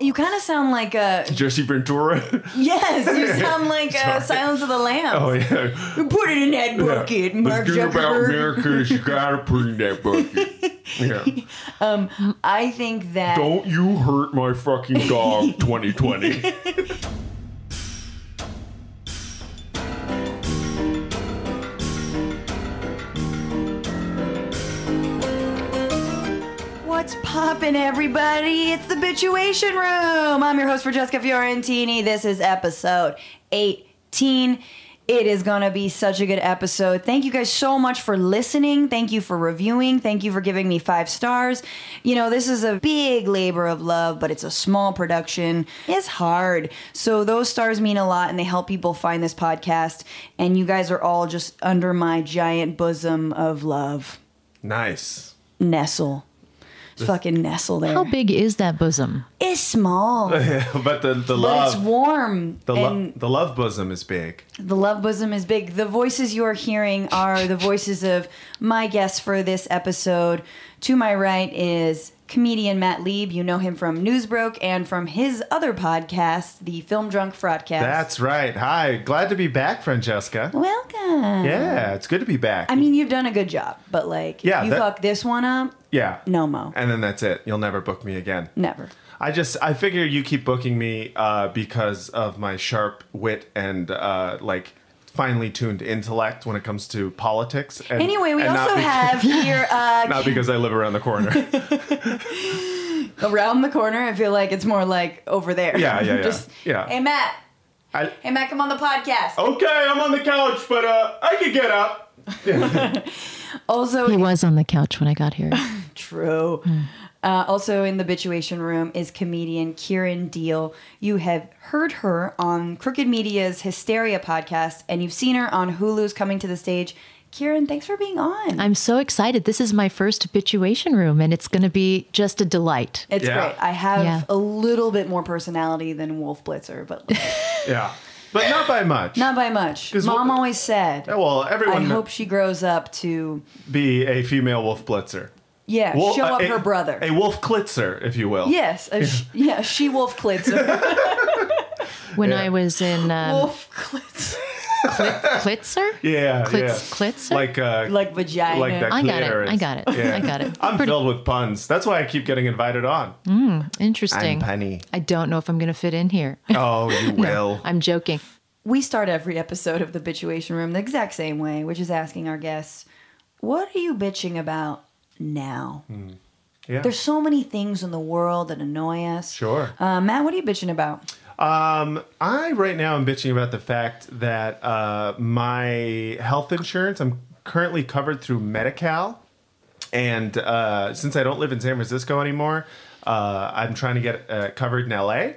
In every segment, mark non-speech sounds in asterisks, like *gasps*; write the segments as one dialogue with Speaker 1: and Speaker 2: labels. Speaker 1: You kind of sound like a
Speaker 2: Jesse Ventura.
Speaker 3: *laughs*
Speaker 1: yes.
Speaker 2: *laughs*
Speaker 1: You sound like uh,
Speaker 2: Sorry.
Speaker 1: Silence of the Lambs.
Speaker 2: oh yeah.
Speaker 1: Put it in that
Speaker 2: Yeah.
Speaker 1: bucket, Mark
Speaker 2: the thing about
Speaker 1: Zuckerberg.
Speaker 2: America is you gotta put in that
Speaker 1: *laughs*
Speaker 2: bucket. Yeah.
Speaker 1: Um, I think that
Speaker 2: Don't you hurt my fucking
Speaker 1: *laughs*
Speaker 2: dog, 2020.
Speaker 1: What's poppin', everybody? It's the Bituation Room. I'm your host for Jessica Fiorentini. This is episode 18. It is going to be such a good episode. Thank you guys so much for listening. Thank you for reviewing. Thank you for giving me five stars. You know, this is a big labor of love, but it's a small production. It's hard. So, those stars mean a lot and they help people find this podcast. And you guys are all just under my giant bosom of love.
Speaker 2: nice.
Speaker 1: Nestle. Fucking nestle there.
Speaker 4: How big is that bosom?
Speaker 1: It's
Speaker 3: *laughs*
Speaker 1: small,
Speaker 3: *laughs* But the, the
Speaker 1: but it's
Speaker 3: love
Speaker 1: warm.
Speaker 3: the, lo-
Speaker 1: and
Speaker 3: the love bosom is big.
Speaker 1: the love bosom is big. The voices you are hearing are the voices of my guests for this episode. To my right is comedian Matt Lieb. You know him from Newsbroke and from his other podcast, the Film Drunk Fraudcast.
Speaker 3: That's right. Hi, glad to be back, Francesca.
Speaker 1: welcome.
Speaker 3: Yeah, it's good to be back.
Speaker 1: I mean, you've done a good job, but like,
Speaker 3: Yeah,
Speaker 1: if you
Speaker 3: that-
Speaker 1: fuck this one up,
Speaker 3: yeah,
Speaker 1: no mo,
Speaker 3: and then that's it. You'll never book me again.
Speaker 1: never.
Speaker 3: I just I figure you keep booking me uh, because of my sharp wit and uh, like finely tuned intellect when it comes to politics. And,
Speaker 1: Anyway, we
Speaker 3: and not
Speaker 1: also
Speaker 3: be- *laughs*
Speaker 1: have here uh,
Speaker 3: not because I live around
Speaker 1: *laughs*
Speaker 3: the corner.
Speaker 1: around the corner. I feel like it's more like over there. *laughs*
Speaker 3: Yeah, yeah, yeah.
Speaker 1: Just,
Speaker 3: Yeah. Oh.
Speaker 1: Hey, Matt.
Speaker 3: I,
Speaker 1: Hey, Matt, come on the podcast.
Speaker 3: okay, I'm on the couch, but uh, I could get up.
Speaker 4: He
Speaker 1: Also,
Speaker 4: was on the couch when I got here.
Speaker 1: true.
Speaker 4: Hmm.
Speaker 1: Uh, also in the bituation room is comedian Kieran Deal. You have heard her on Crooked Media's Hysteria podcast, and you've seen her on Hulu's Coming to the Stage. Kieran, thanks for being on.
Speaker 4: *laughs* I'm so excited. This is my first habituation room, and it's going to be just a delight.
Speaker 1: it's
Speaker 3: Yeah.
Speaker 1: great. I have
Speaker 4: Yeah.
Speaker 1: a little bit more personality than Wolf Blitzer,
Speaker 4: *laughs*
Speaker 1: but like,
Speaker 3: Yeah, but not by much.
Speaker 1: not by much.
Speaker 3: 'Cause
Speaker 1: Mom
Speaker 3: what-
Speaker 1: always said,
Speaker 3: well,
Speaker 1: I
Speaker 3: everyone
Speaker 1: hope she grows up to,
Speaker 3: be a female wolf blitzer.
Speaker 1: yeah,
Speaker 3: Wolf-
Speaker 1: show
Speaker 3: uh,
Speaker 1: up
Speaker 3: a-
Speaker 1: her brother.
Speaker 3: A wolf klitzer, if you will.
Speaker 1: yes, a sh- yeah, she wolf
Speaker 3: *laughs* Um,
Speaker 1: Klitzer.
Speaker 4: When
Speaker 3: Yeah.
Speaker 4: I was in
Speaker 3: *laughs*
Speaker 4: um,
Speaker 1: wolf Klitzer.
Speaker 4: Klitzer?
Speaker 3: Yeah.
Speaker 4: Klitz-
Speaker 3: yeah.
Speaker 4: Klitzer?
Speaker 3: Like, uh,
Speaker 1: Like vagina.
Speaker 3: like that
Speaker 4: I got it.
Speaker 3: clearance.
Speaker 4: I got it. I got it.
Speaker 3: I'm
Speaker 4: Pretty
Speaker 3: filled with puns. That's why I keep getting invited on.
Speaker 4: interesting.
Speaker 3: punny.
Speaker 4: I don't know if I'm going to fit
Speaker 3: *laughs*
Speaker 4: in here.
Speaker 3: Oh, you will.
Speaker 4: I'm joking.
Speaker 1: We start every episode of the Bituation Room the exact same way, which is asking our guests, what are you bitching about now?
Speaker 3: Mm. yeah.
Speaker 1: There's so many things in the world that annoy us.
Speaker 3: Sure.
Speaker 1: Uh, Matt, what are you bitching about?
Speaker 3: Um, I right now am bitching about the fact that uh, my health insurance I'm currently covered through Medi-Cal, and uh, since I don't live in San Francisco anymore, uh, I'm trying to get uh, covered in LA.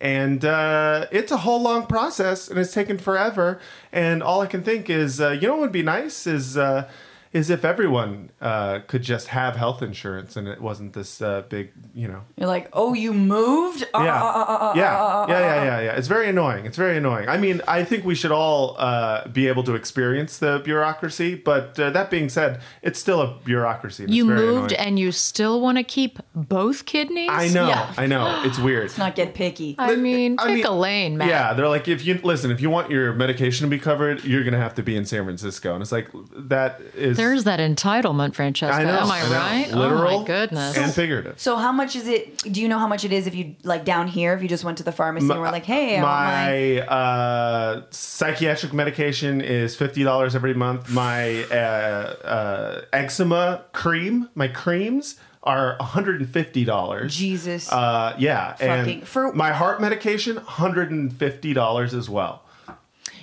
Speaker 3: And uh, it's a whole long process, and it's taken forever. And all I can think is, uh, you know, what would be nice is uh, is if everyone uh, could just have health insurance, and it wasn't this uh, big, you know,
Speaker 1: You're like, oh, you moved? Uh,
Speaker 3: yeah.
Speaker 1: uh, uh, uh, uh, uh, uh,
Speaker 3: yeah.
Speaker 1: uh,
Speaker 3: yeah, yeah, yeah, yeah. It's very annoying. It's very annoying. I mean, I think we should all uh, be able to experience the bureaucracy, but uh, that being said, it's still a bureaucracy. and it's
Speaker 4: You
Speaker 3: very
Speaker 4: moved
Speaker 3: annoying.
Speaker 4: and you still want to keep both kidneys?
Speaker 3: I know.
Speaker 4: Yeah.
Speaker 3: I know.
Speaker 4: *gasps*
Speaker 3: It's weird.
Speaker 1: uh, Not get picky.
Speaker 4: I mean, pick a lane, Matt.
Speaker 3: Yeah, they're like, if you listen, if you want your medication to be covered, you're gonna have to be in San Francisco, and it's like that is
Speaker 4: There's that entitlement, Francesca.
Speaker 3: I know,
Speaker 4: Am I,
Speaker 3: know.
Speaker 4: right?
Speaker 3: Literal
Speaker 4: oh my goodness.
Speaker 3: and figurative.
Speaker 1: So how much is it? Do you know how much it is if you like down here? If you just went to the pharmacy and were like, "Hey, I want my
Speaker 3: Uh, my uh, psychiatric medication is fifty dollars every month. My uh, uh, eczema cream, my creams are one hundred and fifty dollars.
Speaker 1: Jesus."
Speaker 3: Uh, yeah,
Speaker 1: Fucking-
Speaker 3: and
Speaker 1: for-
Speaker 3: my heart medication, one hundred and fifty dollars as well.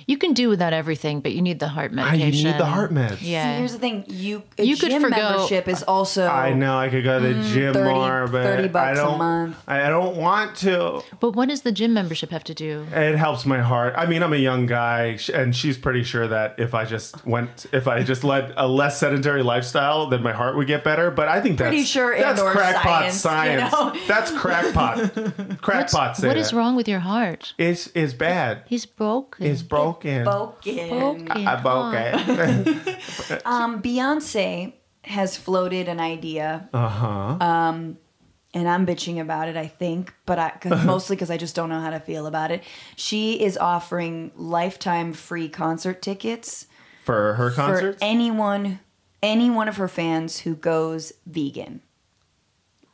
Speaker 4: You can do without everything, but you need the heart
Speaker 3: I you
Speaker 4: medication.
Speaker 3: need the heart meds.
Speaker 1: See,
Speaker 4: Yeah.
Speaker 1: here's the thing: you a
Speaker 4: You could
Speaker 1: gym
Speaker 4: forgo-
Speaker 1: membership is also
Speaker 3: I know I could go to the gym
Speaker 1: 30
Speaker 3: more, but
Speaker 1: 30 Mm-hmm. bucks a
Speaker 3: I don't.
Speaker 1: month.
Speaker 3: I don't want to.
Speaker 4: But what does the gym membership have to do?
Speaker 3: It helps my heart. I mean, I'm a young guy, sh- and she's pretty sure that if I just went, if I just led a less sedentary lifestyle, then my heart would get better. But I think that's
Speaker 1: Pretty sure
Speaker 3: that's
Speaker 1: and/or
Speaker 3: crackpot
Speaker 1: science, you
Speaker 3: science.
Speaker 1: know?
Speaker 3: That's
Speaker 1: *laughs*
Speaker 3: crackpot. crackpot. say
Speaker 4: What is
Speaker 3: that.
Speaker 4: wrong with your heart?
Speaker 3: It's it's bad.
Speaker 4: He's broken.
Speaker 3: It's broken.
Speaker 1: Spoken.
Speaker 4: broken.
Speaker 3: I broke
Speaker 4: heart.
Speaker 3: it. Uh-huh.
Speaker 1: Um, Beyonce has floated an idea. Uh huh. Um, and I'm bitching about it, I think, but I
Speaker 3: *laughs*
Speaker 1: cause mostly because I just don't know how to feel about it. She is offering lifetime free concert tickets
Speaker 3: *laughs* for her
Speaker 1: for
Speaker 3: concerts.
Speaker 1: anyone, any one of her fans who goes vegan.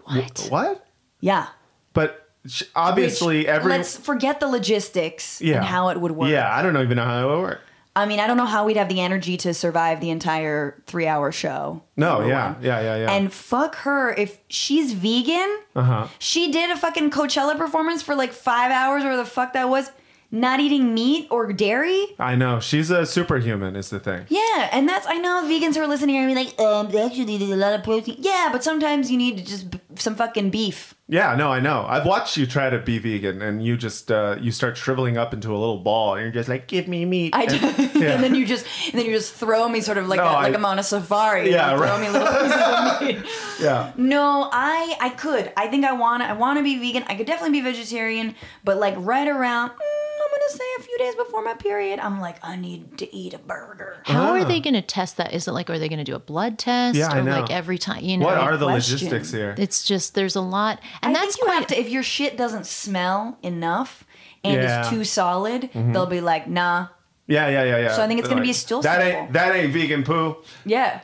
Speaker 5: What?
Speaker 3: what?
Speaker 1: Yeah.
Speaker 3: But sh-
Speaker 1: Which,
Speaker 3: obviously, every
Speaker 1: let's forget the logistics
Speaker 3: yeah
Speaker 1: and how it would work.
Speaker 3: Yeah, I don't even know how it would work.
Speaker 1: I mean, I don't know how we'd have the energy to survive the entire three hour show.
Speaker 3: No,
Speaker 1: number
Speaker 3: yeah,
Speaker 1: one.
Speaker 3: yeah, yeah, yeah.
Speaker 1: And fuck her if she's vegan.
Speaker 3: Uh-huh.
Speaker 1: She did a fucking Coachella performance for like five hours or the fuck that was, not eating meat or dairy.
Speaker 3: I know she's a superhuman. Is the thing.
Speaker 1: Yeah, and that's I know vegans who are listening are gonna be like, um, actually, there's a lot of protein. Yeah, but sometimes you need just b- some fucking beef.
Speaker 3: Yeah, no, I know. I've watched you try to be vegan, and you just uh, you start shriveling up into a little ball, and you're just like, "Give me meat."
Speaker 1: I do.
Speaker 3: And-
Speaker 1: *laughs* And, then you just and then you just throw me sort of like
Speaker 3: No,
Speaker 1: a,
Speaker 3: I-
Speaker 1: like I'm on a safari.
Speaker 3: Yeah,
Speaker 1: You know,
Speaker 3: right.
Speaker 1: Throw me little pieces of meat. *laughs*
Speaker 3: yeah,
Speaker 1: No, I I could. I think I want to I want to be vegan. I could definitely be vegetarian, but like right around mm, I'm going to say a few days before my period, I'm like I need to eat a burger.
Speaker 5: How are they going to test that? Is it like, are they going to do a blood test?
Speaker 3: Uh-huh. Yeah, I
Speaker 5: or
Speaker 3: know.
Speaker 5: like every time, you know?
Speaker 3: what are the
Speaker 1: question.
Speaker 3: logistics here?
Speaker 5: It's just, there's a lot. And
Speaker 1: I
Speaker 5: that's
Speaker 1: think you
Speaker 5: quite,
Speaker 1: have to if your shit doesn't smell enough and
Speaker 3: Yeah. Mm-hmm.
Speaker 1: it's too solid, they'll be like, "Nah."
Speaker 3: Yeah, yeah, yeah, yeah.
Speaker 1: So I think it's gonna be a stool
Speaker 3: That
Speaker 1: sample.
Speaker 3: ain't that ain't
Speaker 1: *laughs*
Speaker 3: vegan poo.
Speaker 1: Yeah.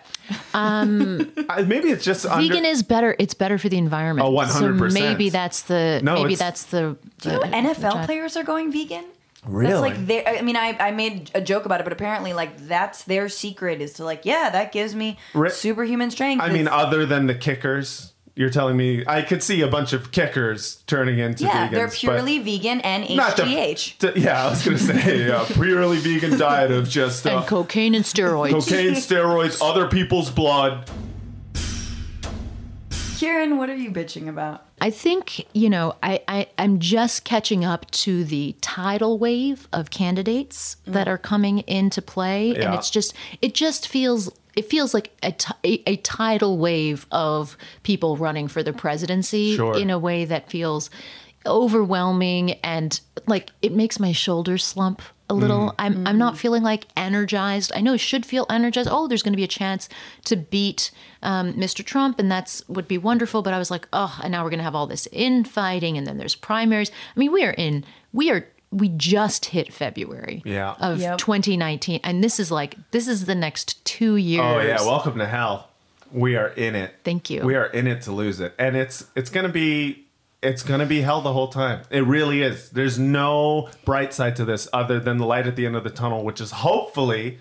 Speaker 3: I, maybe it's just
Speaker 5: vegan
Speaker 3: under,
Speaker 5: is better. It's better for the environment.
Speaker 3: Oh, 100%.
Speaker 5: So maybe that's the,
Speaker 3: No,
Speaker 5: maybe
Speaker 3: it's-
Speaker 5: that's the,
Speaker 1: You know
Speaker 5: the-
Speaker 1: what NFL players are going vegan?
Speaker 3: Really?
Speaker 1: That's like their I mean, I, I made a joke about it, but apparently like that's their secret is to like, yeah, that gives me
Speaker 3: Re-
Speaker 1: superhuman strength.
Speaker 3: I mean,
Speaker 1: It's-
Speaker 3: other than the kickers, you're telling me I could see a bunch of kickers turning into
Speaker 1: yeah,
Speaker 3: vegans.
Speaker 1: they're
Speaker 3: but
Speaker 1: purely vegan and
Speaker 3: not the-
Speaker 1: HGH.
Speaker 3: t- yeah, I was gonna say yeah, purely vegan diet
Speaker 1: *laughs*
Speaker 3: of just uh,
Speaker 5: and cocaine and steroids.
Speaker 3: cocaine, steroids, other people's blood.
Speaker 1: Kieran, what are you bitching about?
Speaker 5: I think, you know, I, I, I'm just catching up to the tidal wave of candidates that are coming into play. And
Speaker 3: Yeah.
Speaker 5: it's just, it just feels, it feels like a, ti- a, a tidal wave of people running for the presidency
Speaker 3: Sure.
Speaker 5: in a way that feels overwhelming and like it makes my shoulders slump a little.
Speaker 3: Mm.
Speaker 5: I'm, I'm not feeling like energized. I know I should feel energized. Oh, there's going to be a chance to beat um, Mr. Trump, and that's would be wonderful. But I was like, oh, and now we're going to have all this infighting, and then there's primaries. I mean, we are in, we are, we just hit February
Speaker 3: Yeah.
Speaker 5: of
Speaker 1: Yep.
Speaker 5: 2019, and this is like, this is the next two years.
Speaker 3: Oh yeah, welcome to hell. We are in it.
Speaker 5: Thank you.
Speaker 3: We are in it to lose it, and it's it's gonna be it's gonna be hell the whole time. It really is. There's no bright side to this other than the light at the end of the tunnel, which is hopefully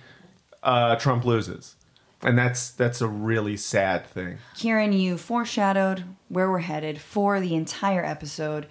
Speaker 3: uh, Trump loses, and that's that's a really sad thing.
Speaker 1: Kieran, you foreshadowed where we're headed for the entire episode.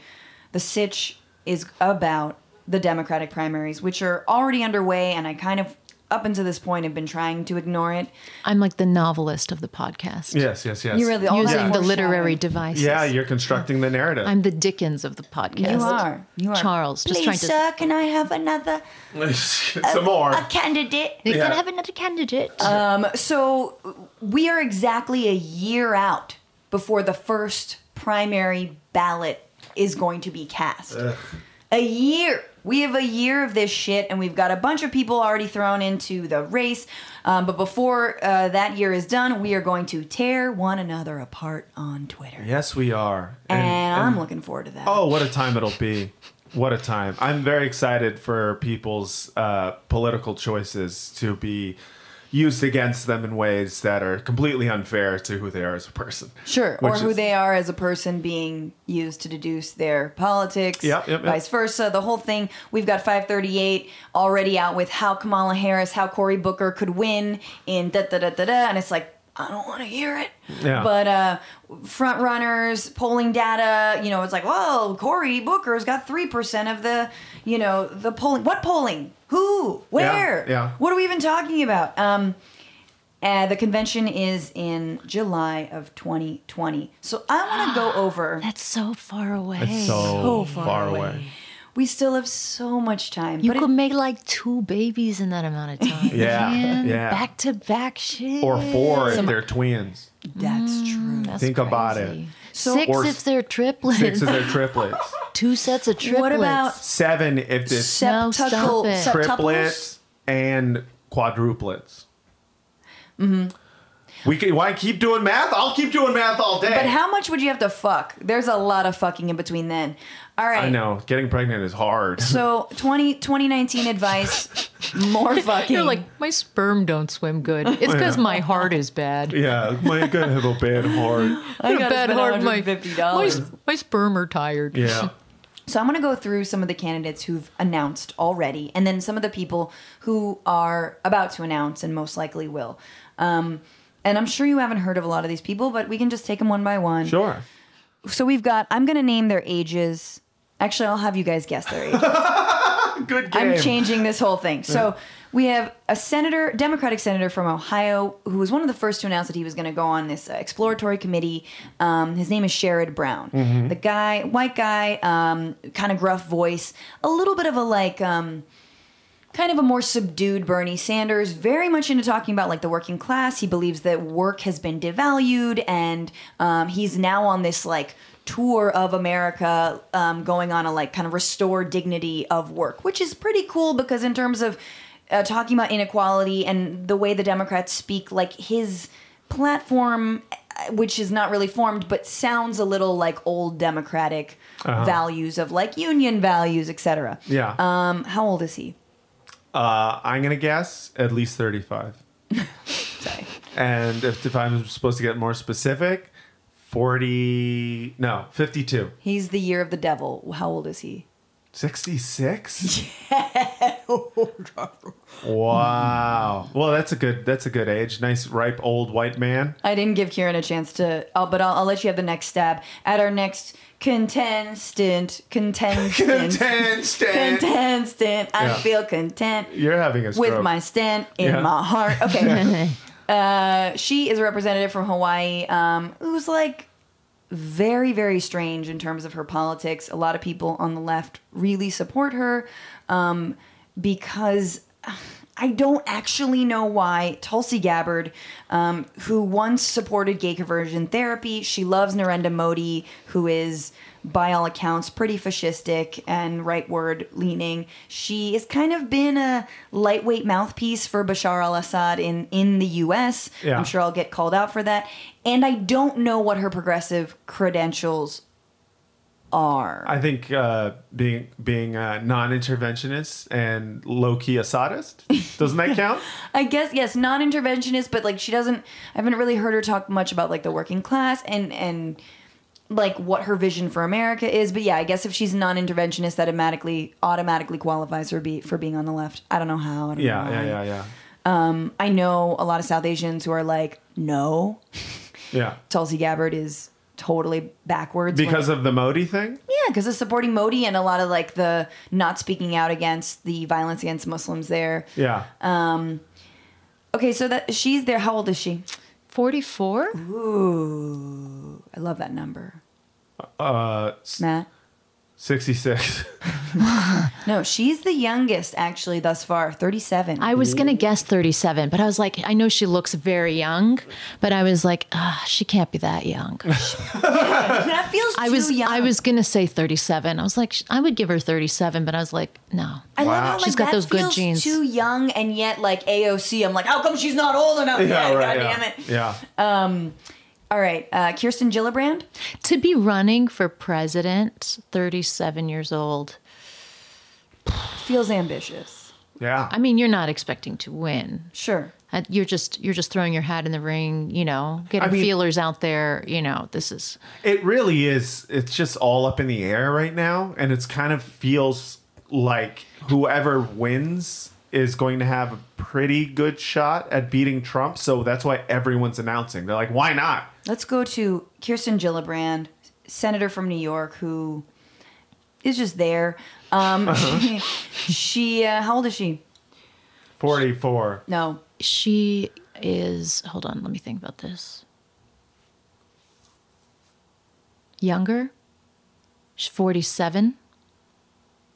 Speaker 1: The sitch is about the Democratic primaries, which are already underway, and I kind of up until this point have been trying to ignore it.
Speaker 5: I'm like the novelist of the podcast.
Speaker 3: Yes, yes, yes.
Speaker 1: You really all
Speaker 5: Using the
Speaker 1: foreshadowed.
Speaker 5: literary devices.
Speaker 3: yeah, you're constructing the narrative.
Speaker 5: I'm the Dickens of the podcast.
Speaker 1: You are. You are.
Speaker 5: Charles, just
Speaker 1: Please,
Speaker 5: trying to-
Speaker 1: sir, can I have another
Speaker 3: *laughs*
Speaker 5: Uh,
Speaker 3: Some more.
Speaker 1: a candidate?
Speaker 5: You
Speaker 3: Yeah.
Speaker 5: gotta have another candidate.
Speaker 1: Um, so we are exactly a year out before the first primary ballot is going to be cast. A year. We have a year of this shit, and we've got a bunch of people already thrown into the race. Um, but before uh, that year is done, we are going to tear one another apart on Twitter.
Speaker 3: Yes, we are.
Speaker 1: And,
Speaker 3: and-
Speaker 1: I'm looking forward to that.
Speaker 3: Oh, what a time it'll be. What a time. I'm very excited for people's uh, political choices to be used against them in ways that are completely unfair to who they are as a person.
Speaker 1: Sure, or
Speaker 3: Which
Speaker 1: who
Speaker 3: is-
Speaker 1: they are as a person being used to deduce their politics,
Speaker 3: Yep, yep, yep.
Speaker 1: vice versa, the whole thing. We've got 538 already out with how Kamala Harris, how Cory Booker could win in da da da da da, and it's like I don't want to hear it.
Speaker 3: Yeah.
Speaker 1: But uh, front runners, polling data, you know, it's like, well, Cory Booker's got three percent of the, you know, the polling. What polling? Who? Where?
Speaker 3: yeah.
Speaker 1: What are we even talking about? Um, uh, the convention is in July of 2020. So I want to go over.
Speaker 5: That's so far away.
Speaker 3: It's so, Oh, far, away.
Speaker 1: We still have so much time.
Speaker 5: you
Speaker 1: but it-
Speaker 5: could make like two babies in that amount
Speaker 1: *laughs*
Speaker 5: of time.
Speaker 3: Yeah,
Speaker 5: man.
Speaker 3: yeah.
Speaker 5: Back to back shit.
Speaker 3: Or four if they're twins.
Speaker 1: that's true.
Speaker 5: That's
Speaker 3: Think about it.
Speaker 5: crazy.
Speaker 1: So-
Speaker 5: Six
Speaker 3: Or
Speaker 5: if they're triplets.
Speaker 3: Six if they're triplets.
Speaker 5: Two sets of triplets.
Speaker 1: What about
Speaker 3: Seven if this
Speaker 5: No,
Speaker 1: septuple,
Speaker 5: stop it.
Speaker 1: septuples? Mm-hmm.
Speaker 3: triplets and quadruplets. We can, why keep doing math? I'll keep doing math all day.
Speaker 1: But how much would you have to fuck? There's a lot of fucking in between then. All right.
Speaker 3: I know getting pregnant
Speaker 1: *laughs*
Speaker 3: is hard.
Speaker 1: So 20, 2019
Speaker 3: *laughs*
Speaker 1: advice, more fucking.
Speaker 4: You're like, my sperm don't
Speaker 1: *laughs*
Speaker 4: swim good. It's because my heart is bad.
Speaker 3: yeah, my gotta have a bad heart.
Speaker 1: I
Speaker 4: Got
Speaker 1: gotta
Speaker 4: a bad
Speaker 1: spend
Speaker 4: heart. My, my,
Speaker 1: $150.
Speaker 4: s- my sperm are
Speaker 1: *laughs*
Speaker 4: tired.
Speaker 3: Yeah.
Speaker 1: So I'm going to go through some of the candidates who've announced already, and then some of the people who are about to announce and most likely will. Um, and I'm sure you haven't heard of a lot of these people, but we can just take them one by one.
Speaker 3: Sure.
Speaker 1: So we've got. I'm going to name their ages. Actually, I'll have you guys guess their ages.
Speaker 3: Good game.
Speaker 1: I'm changing this whole thing. So we have a senator, Democratic senator from Ohio, who was one of the first to announce that he was going to go on this uh, exploratory committee. Um, his name is Sherrod Brown. The guy, white guy, um, kind of gruff voice, a little bit of a like. Um, kind of a more subdued Bernie Sanders, very much into talking about like the working class. He believes that work has been devalued, and um, he's now on this like tour of America, um, going on a like kind of restore dignity of work, which is pretty cool because in terms of uh, talking about inequality and the way the Democrats speak, like his platform. uh, Which is not really formed, but sounds a little like old Democratic values of like union values, etc.
Speaker 3: Yeah.
Speaker 1: Um, how old is he?
Speaker 3: Uh, I'm gonna guess at least 35.
Speaker 1: Sorry.
Speaker 3: And if, if I'm supposed to get more specific, 40. No, 52.
Speaker 1: He's the year of the devil. How old is he? *laughs*
Speaker 3: 66. wow. Well, that's a good. That's a good age. Nice, ripe old
Speaker 1: *laughs*
Speaker 3: white man.
Speaker 1: I didn't give Kieran a chance to, oh, but I'll, I'll let you have the next stab at our next contend stint. Contend stint.
Speaker 3: Content stand.
Speaker 1: Contend stint. I
Speaker 3: Yeah.
Speaker 1: feel content
Speaker 3: You're having a stroke.
Speaker 1: with my stent in
Speaker 3: Yeah.
Speaker 1: my
Speaker 3: *laughs*
Speaker 1: heart.
Speaker 5: *laughs*
Speaker 1: Okay. uh, she is a representative from Hawaii um, who's like very, very strange in terms of her politics. A lot of people on the left really support her um, because I don't actually know why. Tulsi Gabbard, um, who once supported gay conversion therapy, she loves Narendra Modi, who is by all accounts pretty fascistic and rightward leaning. She has kind of been a lightweight mouthpiece for Bashar al-Assad in in the U.S.
Speaker 3: Yeah.
Speaker 1: I'm sure I'll get called out for that. And I don't know what her progressive credentials are.
Speaker 3: I think uh, being being uh, non-interventionist and low-key Assadist doesn't
Speaker 1: *laughs*
Speaker 3: that count?
Speaker 1: I guess yes, non-interventionist, but like she doesn't. I haven't really heard her talk much about like the working class and and like what her vision for America is. But yeah, I guess if she's non-interventionist, that automatically automatically qualifies her be, for being on the left. I don't know how. I don't
Speaker 3: Yeah,
Speaker 1: know
Speaker 3: yeah,
Speaker 1: why.
Speaker 3: yeah, yeah,
Speaker 1: I know a lot of South Asians who are like, no,
Speaker 3: yeah.
Speaker 1: Tulsi Gabbard is totally backwards when
Speaker 3: Because of the Modi thing.
Speaker 1: yeah, because it's supporting Modi and a lot of like the not speaking out against the violence against Muslims there. Um,
Speaker 3: Yeah.
Speaker 1: Okay, so that she's there. How old is she?
Speaker 4: 44?
Speaker 1: Ooh, I love that number,
Speaker 3: Uh, s-
Speaker 1: Matt.
Speaker 3: 66.
Speaker 1: No, she's the youngest actually thus far, thirty-seven.
Speaker 4: I was going to guess 37, but I was like, I know she looks very young, but I was like, ah, she can't be that young.
Speaker 1: that feels
Speaker 4: I
Speaker 1: too
Speaker 4: was
Speaker 1: young.
Speaker 4: I was going to say 37. I was like, sh- I would give her 37, but I was like, no.
Speaker 1: I love
Speaker 3: Wow.
Speaker 1: how like,
Speaker 4: She's got
Speaker 1: that
Speaker 4: those good
Speaker 1: feels
Speaker 4: genes.
Speaker 1: Too young, and yet like AOC. I'm like, how come she's not old enough? yet? God
Speaker 3: *laughs* yeah.
Speaker 1: damn it!
Speaker 3: Yeah.
Speaker 1: All right, uh, Kirsten Gillibrand.
Speaker 4: To be running for president, 37 years old.
Speaker 1: feels ambitious.
Speaker 3: yeah.
Speaker 4: I mean, you're not expecting to win.
Speaker 1: Sure.
Speaker 4: Uh, You're just you're just throwing your hat in the ring, you know, getting
Speaker 3: mean-
Speaker 4: feelers out there, you know. This is
Speaker 3: it really is. It's just all up in the air right now. And it's kind of feels like whoever wins is going to have a pretty good shot at beating Trump. So that's why everyone's announcing. They're like, why not?
Speaker 1: Let's go to Kirsten Gillibrand, senator from New York, who is just there. Um,
Speaker 3: Uh-huh.
Speaker 1: *laughs* she, uh, how old is she?
Speaker 3: 44.
Speaker 1: No,
Speaker 4: she is hold on, let me think about this. Younger? She's 47.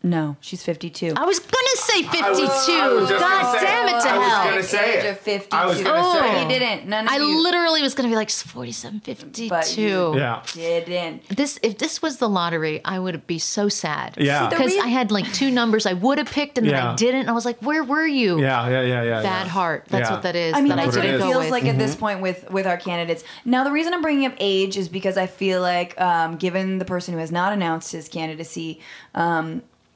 Speaker 1: no, she's fifty-two.
Speaker 4: I was going to didn't say 52.
Speaker 3: was- I was just
Speaker 4: God
Speaker 3: gonna say-
Speaker 4: damn it to
Speaker 3: I was
Speaker 4: hell.
Speaker 3: gonna say
Speaker 1: Age
Speaker 3: it.
Speaker 1: of 52.
Speaker 3: I was gonna
Speaker 4: say
Speaker 1: But
Speaker 4: it.
Speaker 1: You Oh, didn't. None of
Speaker 4: I
Speaker 1: you
Speaker 4: literally was going to be like 47, 52.
Speaker 1: But
Speaker 4: Oh.
Speaker 1: you-
Speaker 3: Yeah.
Speaker 1: didn't.
Speaker 4: This if this was the lottery, I would be so sad.
Speaker 3: Yeah. See,
Speaker 1: the
Speaker 4: because
Speaker 1: rea-
Speaker 4: I had like two numbers I would have picked and then
Speaker 3: Yeah.
Speaker 4: I didn't. And I was like, where were you?
Speaker 3: Yeah, yeah, yeah, yeah.
Speaker 4: Bad
Speaker 3: yeah.
Speaker 4: heart. That's
Speaker 3: Yeah.
Speaker 4: what that is.
Speaker 1: I mean,
Speaker 4: that
Speaker 1: that's
Speaker 3: what
Speaker 1: what
Speaker 3: it
Speaker 1: it
Speaker 3: is.
Speaker 1: feels like at this point with with our candidates. Now, the reason I'm bringing up age is because I feel like, um, given the person who has not announced his candidacy,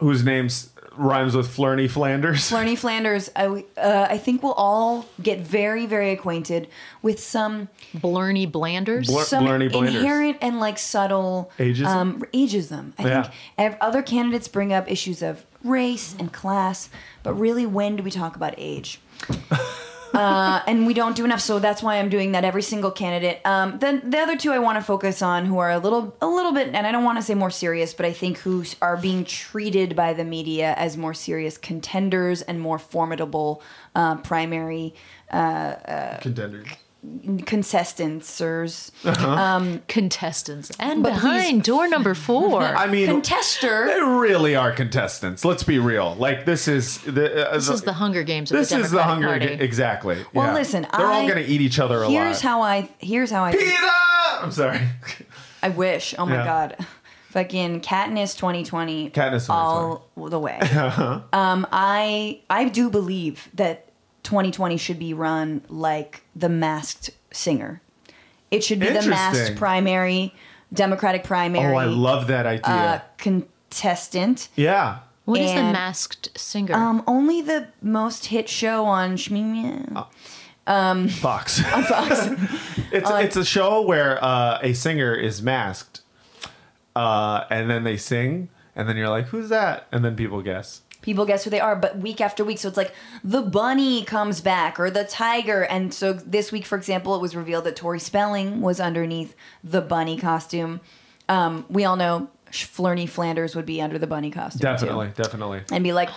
Speaker 3: Whose name's rhymes with Flurney Flanders? *laughs*
Speaker 1: Bernie Flanders, I, uh, I think we'll all get very, very acquainted with some
Speaker 4: Blurny Blanders.
Speaker 3: Blur-
Speaker 1: some
Speaker 3: Blarney Blanders.
Speaker 1: inherent and like subtle
Speaker 3: Ageism?
Speaker 1: Um, ageism. I
Speaker 3: Yeah.
Speaker 1: think ev- other candidates bring up issues of race and class, but really, when do we talk about
Speaker 3: *laughs*
Speaker 1: age? uh, and we don't do enough, so that's why I'm doing that every single candidate. Um, then the other two I want to focus on, who are a little, a little bit, and I don't want to say more serious, but I think who s- are being treated by the media as more serious contenders and more formidable uh, primary
Speaker 3: Contender.
Speaker 1: contestants.
Speaker 4: contestants. And
Speaker 1: But
Speaker 4: behind door number four.
Speaker 3: I mean,
Speaker 1: Contester.
Speaker 3: they really are contestants. Let's be real. Like this is the uh,
Speaker 4: this is the Hunger Games. Of
Speaker 3: this
Speaker 4: the
Speaker 3: is the
Speaker 4: Democratic
Speaker 3: Hunger
Speaker 4: Party.
Speaker 3: Ga- exactly.
Speaker 1: Well,
Speaker 3: yeah.
Speaker 1: listen,
Speaker 3: they're
Speaker 1: I-
Speaker 3: all going to eat each other alive.
Speaker 1: Here's how I. Here's how I.
Speaker 3: Peter. I'm sorry. *laughs*
Speaker 1: I wish. Oh my
Speaker 3: Yeah.
Speaker 1: god. Fucking Katniss 2020.
Speaker 3: Katniss Uh-huh. 2020.
Speaker 1: All the
Speaker 3: *laughs*
Speaker 1: way. um, I I do believe that 2020 should be run like the masked singer. It should be the masked
Speaker 3: Interesting.
Speaker 1: primary, Democratic primary
Speaker 3: Oh, I love that idea.
Speaker 1: uh, contestant.
Speaker 3: yeah.
Speaker 4: *laughs* What is the
Speaker 1: and-
Speaker 4: masked singer?
Speaker 1: Um, only the most hit show on Shmee. *laughs*
Speaker 3: Fox. *laughs*
Speaker 1: Uh,
Speaker 3: it's it's a show where uh, a singer is masked, uh, and then they sing, and then you're like, "Who's that?" And then people guess.
Speaker 1: people guess who they are but week after week so it's like the bunny comes back or the tiger and so this week for example it was revealed that tori spelling was underneath the bunny costume um, we all know Sh- Flurney Flanders would be under the bunny costume too.
Speaker 3: Definitely, definitely.
Speaker 1: and be like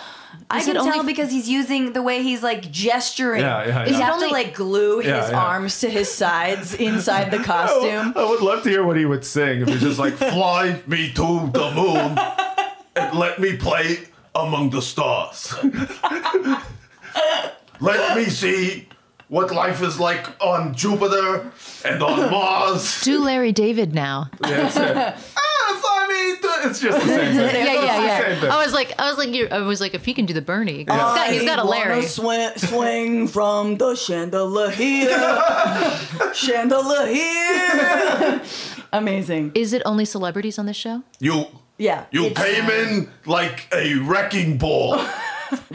Speaker 1: I
Speaker 4: Is
Speaker 1: can
Speaker 4: it only
Speaker 1: tell
Speaker 4: f-
Speaker 1: because he's using the way he's like gesturing.
Speaker 3: Yeah, yeah,
Speaker 1: He's
Speaker 3: yeah.
Speaker 1: have to
Speaker 4: Only-
Speaker 1: like glue his
Speaker 3: Yeah, Oh. yeah.
Speaker 1: arms to his sides
Speaker 3: *laughs*
Speaker 1: inside the costume.
Speaker 3: I would love to hear what he would sing if he's just
Speaker 4: *laughs*
Speaker 3: like,
Speaker 2: Fly me to the moon and let me play among the stars. let me see what life is like on Jupiter and
Speaker 4: *laughs*
Speaker 2: on Mars.
Speaker 4: Do Larry David now?
Speaker 3: "Ah, fly me to-" It's just the same thing.
Speaker 4: yeah, yeah, Oh,
Speaker 3: same
Speaker 4: yeah.
Speaker 3: thing.
Speaker 4: I was like, I was like, you I was like, if he can do the Bernie, he's got, he's got a
Speaker 6: I
Speaker 4: Larry.
Speaker 6: wanna Swing, swing from the chandelier here. chandelier here.
Speaker 1: Amazing.
Speaker 4: Is it only celebrities on this show?
Speaker 2: You
Speaker 1: Yeah.
Speaker 2: you
Speaker 1: it's-
Speaker 2: came
Speaker 4: uh,
Speaker 2: in like a wrecking
Speaker 4: *laughs*
Speaker 2: ball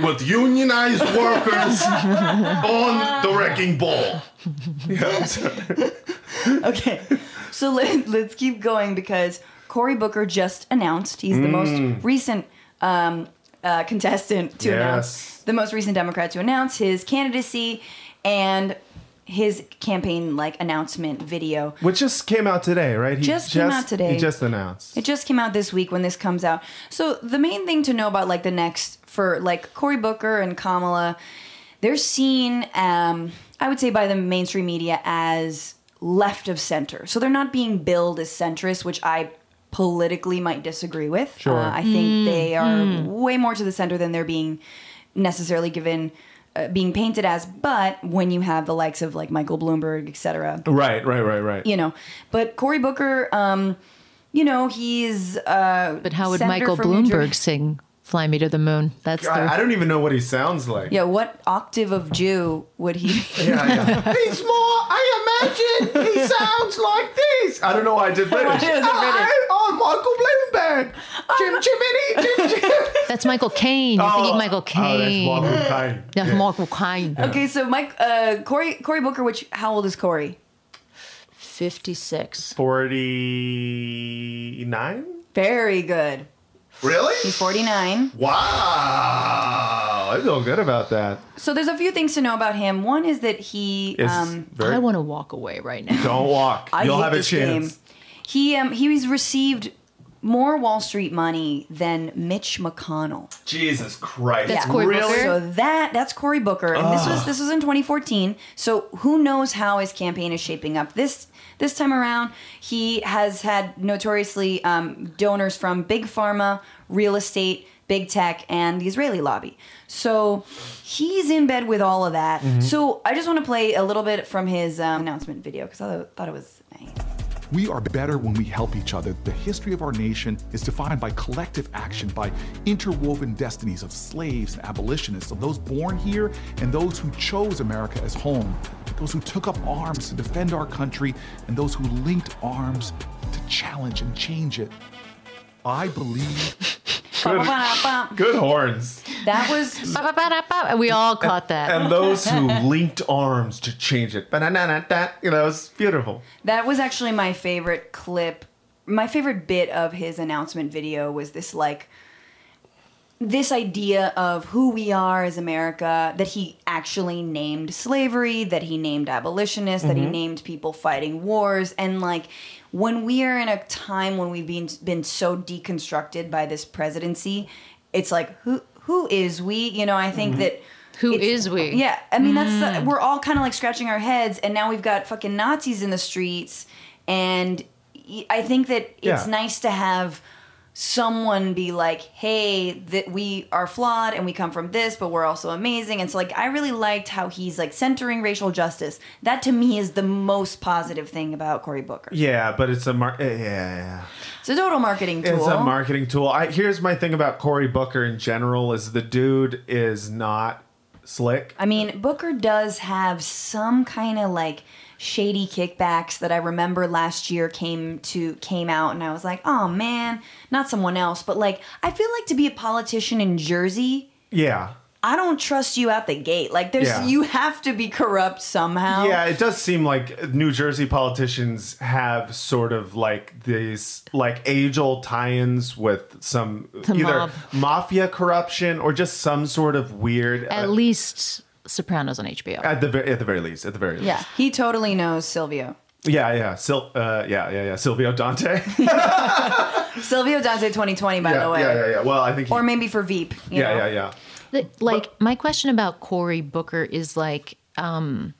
Speaker 2: with unionized workers on the wrecking ball.
Speaker 1: Okay, so let, let's keep going because Cory Booker just announced he's the most recent um, uh, contestant to announce,
Speaker 3: Yes.
Speaker 1: the most recent Democrat to announce his candidacy and his campaign like announcement video.
Speaker 3: Which just came out today, right? He
Speaker 1: Just came out today.
Speaker 3: He just announced.
Speaker 1: It just came out this week when this comes out. So the main thing to know about like the next for like Cory Booker and Kamala, they're seen, um, I would say, by the mainstream media as left of center. So they're not being billed as centrist, which I politically might disagree with.
Speaker 3: Sure.
Speaker 1: Uh, I think they are way more to the center than they're being necessarily given. Uh, being painted as, but when you have the likes of like Michael Bloomberg, et cetera,
Speaker 3: Right, right, right, right.
Speaker 1: you know. But Cory Booker, um, you know, he's uh,
Speaker 4: But how would
Speaker 1: senator
Speaker 4: Michael
Speaker 1: from New Jer-
Speaker 4: Bloomberg sing "Fly Me to the Moon"? That's
Speaker 3: I, I
Speaker 4: the
Speaker 3: don't even know what he sounds like.
Speaker 1: Yeah, what octave of Jew would he?
Speaker 3: Yeah,
Speaker 1: *laughs*
Speaker 3: yeah. He's more. I imagine he sounds like this. I don't know why I did British. Ah,
Speaker 1: Why is it British?
Speaker 3: Oh,
Speaker 1: *laughs*
Speaker 3: Michael Bloomberg. Jim Jiminy, Jim Jim.
Speaker 4: that's Michael Caine. You're thinking Michael Caine.
Speaker 3: Oh, that's Michael Caine.
Speaker 4: Yeah, Michael Caine.
Speaker 1: okay, so Mike uh, Cory Cory Booker. Which how old is Cory?
Speaker 4: Fifty-six.
Speaker 3: Forty-nine.
Speaker 1: Very good.
Speaker 2: Really?
Speaker 1: He's forty nine.
Speaker 2: Wow.
Speaker 3: I feel good about that.
Speaker 1: So there's a few things to know about him. One is that he.
Speaker 3: It's
Speaker 1: Um,
Speaker 3: very-
Speaker 4: I want to walk away right now.
Speaker 3: don't walk.
Speaker 1: I
Speaker 3: You'll
Speaker 1: hate
Speaker 3: have a
Speaker 1: this
Speaker 3: chance.
Speaker 1: game. He um he's received more Wall Street money than Mitch McConnell.
Speaker 3: Jesus Christ.
Speaker 4: That's Cory
Speaker 3: really?
Speaker 4: Booker.
Speaker 1: So that that's Cory Booker, and this was this was in 2014. So who knows how his campaign is shaping up this this time around? He has had notoriously um, donors from big pharma, real estate, big tech, and the Israeli lobby. So he's in bed with all of that. So I just want to play a little bit from his um, announcement video because I thought it was nice.
Speaker 7: We are better when we help each other. The history of our nation is defined by collective action, by interwoven destinies of slaves and abolitionists, of those born here and those who chose America as home, those who took up arms to defend our country, and those who linked arms to challenge and change it. I believe
Speaker 1: Ba-ba-ba-ba.
Speaker 3: Good horns.
Speaker 1: That was
Speaker 4: Ba-ba-ba-da-ba. And we all caught that.
Speaker 3: And those who linked arms to change it. Ba-na-na-na-na. You know, it's beautiful.
Speaker 1: That was actually my favorite clip. My favorite bit of his announcement video was this like this idea of who we are as America that he actually named slavery, that he named abolitionists, that
Speaker 4: Mm-hmm.
Speaker 1: he named people fighting wars and like when we are in a time when we've been been so deconstructed by this presidency, it's like who who is we? You know, I think that
Speaker 4: Mm-hmm. Who
Speaker 1: it's-
Speaker 4: is we?
Speaker 1: yeah, I mean that's the,
Speaker 3: Mm.
Speaker 1: we're all kind of like scratching our heads, and now we've got fucking Nazis in the streets, and y- I think that it's
Speaker 3: Yeah.
Speaker 1: nice to have someone be like, "Hey, that we are flawed and we come from this, but we're also amazing." And so, like, I really liked how he's like centering racial justice. That to me is the most positive thing about Cory Booker.
Speaker 3: Yeah, but it's a mar- yeah, yeah,
Speaker 1: It's a total marketing
Speaker 3: yeah.
Speaker 1: tool.
Speaker 3: It's a marketing tool. I, here's my thing about Cory Booker in general is the dude is not slick.
Speaker 1: I mean, Booker does have some kind of like shady kickbacks that I remember last year came to came out and I was like, "Oh man, not someone else." But like, I feel like to be a politician in Jersey,
Speaker 3: Yeah.
Speaker 1: I don't trust you out the gate. Like there's
Speaker 3: Yeah.
Speaker 1: you have to be corrupt somehow.
Speaker 3: Yeah, it does seem like New Jersey politicians have sort of like these like age old tie-ins with some either
Speaker 4: mob.
Speaker 3: mafia corruption or just some sort of weird
Speaker 4: At least Sopranos on HBO.
Speaker 3: at the very, at the very least, at the very least.
Speaker 1: Yeah, he totally knows Silvio.
Speaker 3: Yeah, yeah. Sil- uh, yeah, yeah, yeah. Silvio
Speaker 1: *laughs*
Speaker 3: Dante. yeah,
Speaker 1: Silvio Dante 2020 by the
Speaker 3: yeah,
Speaker 1: way.
Speaker 3: yeah, yeah. Well, I think he,
Speaker 1: Or maybe for Veep, you
Speaker 3: Yeah,
Speaker 1: know?
Speaker 3: yeah, yeah.
Speaker 4: The- like my question about Cory Booker is like um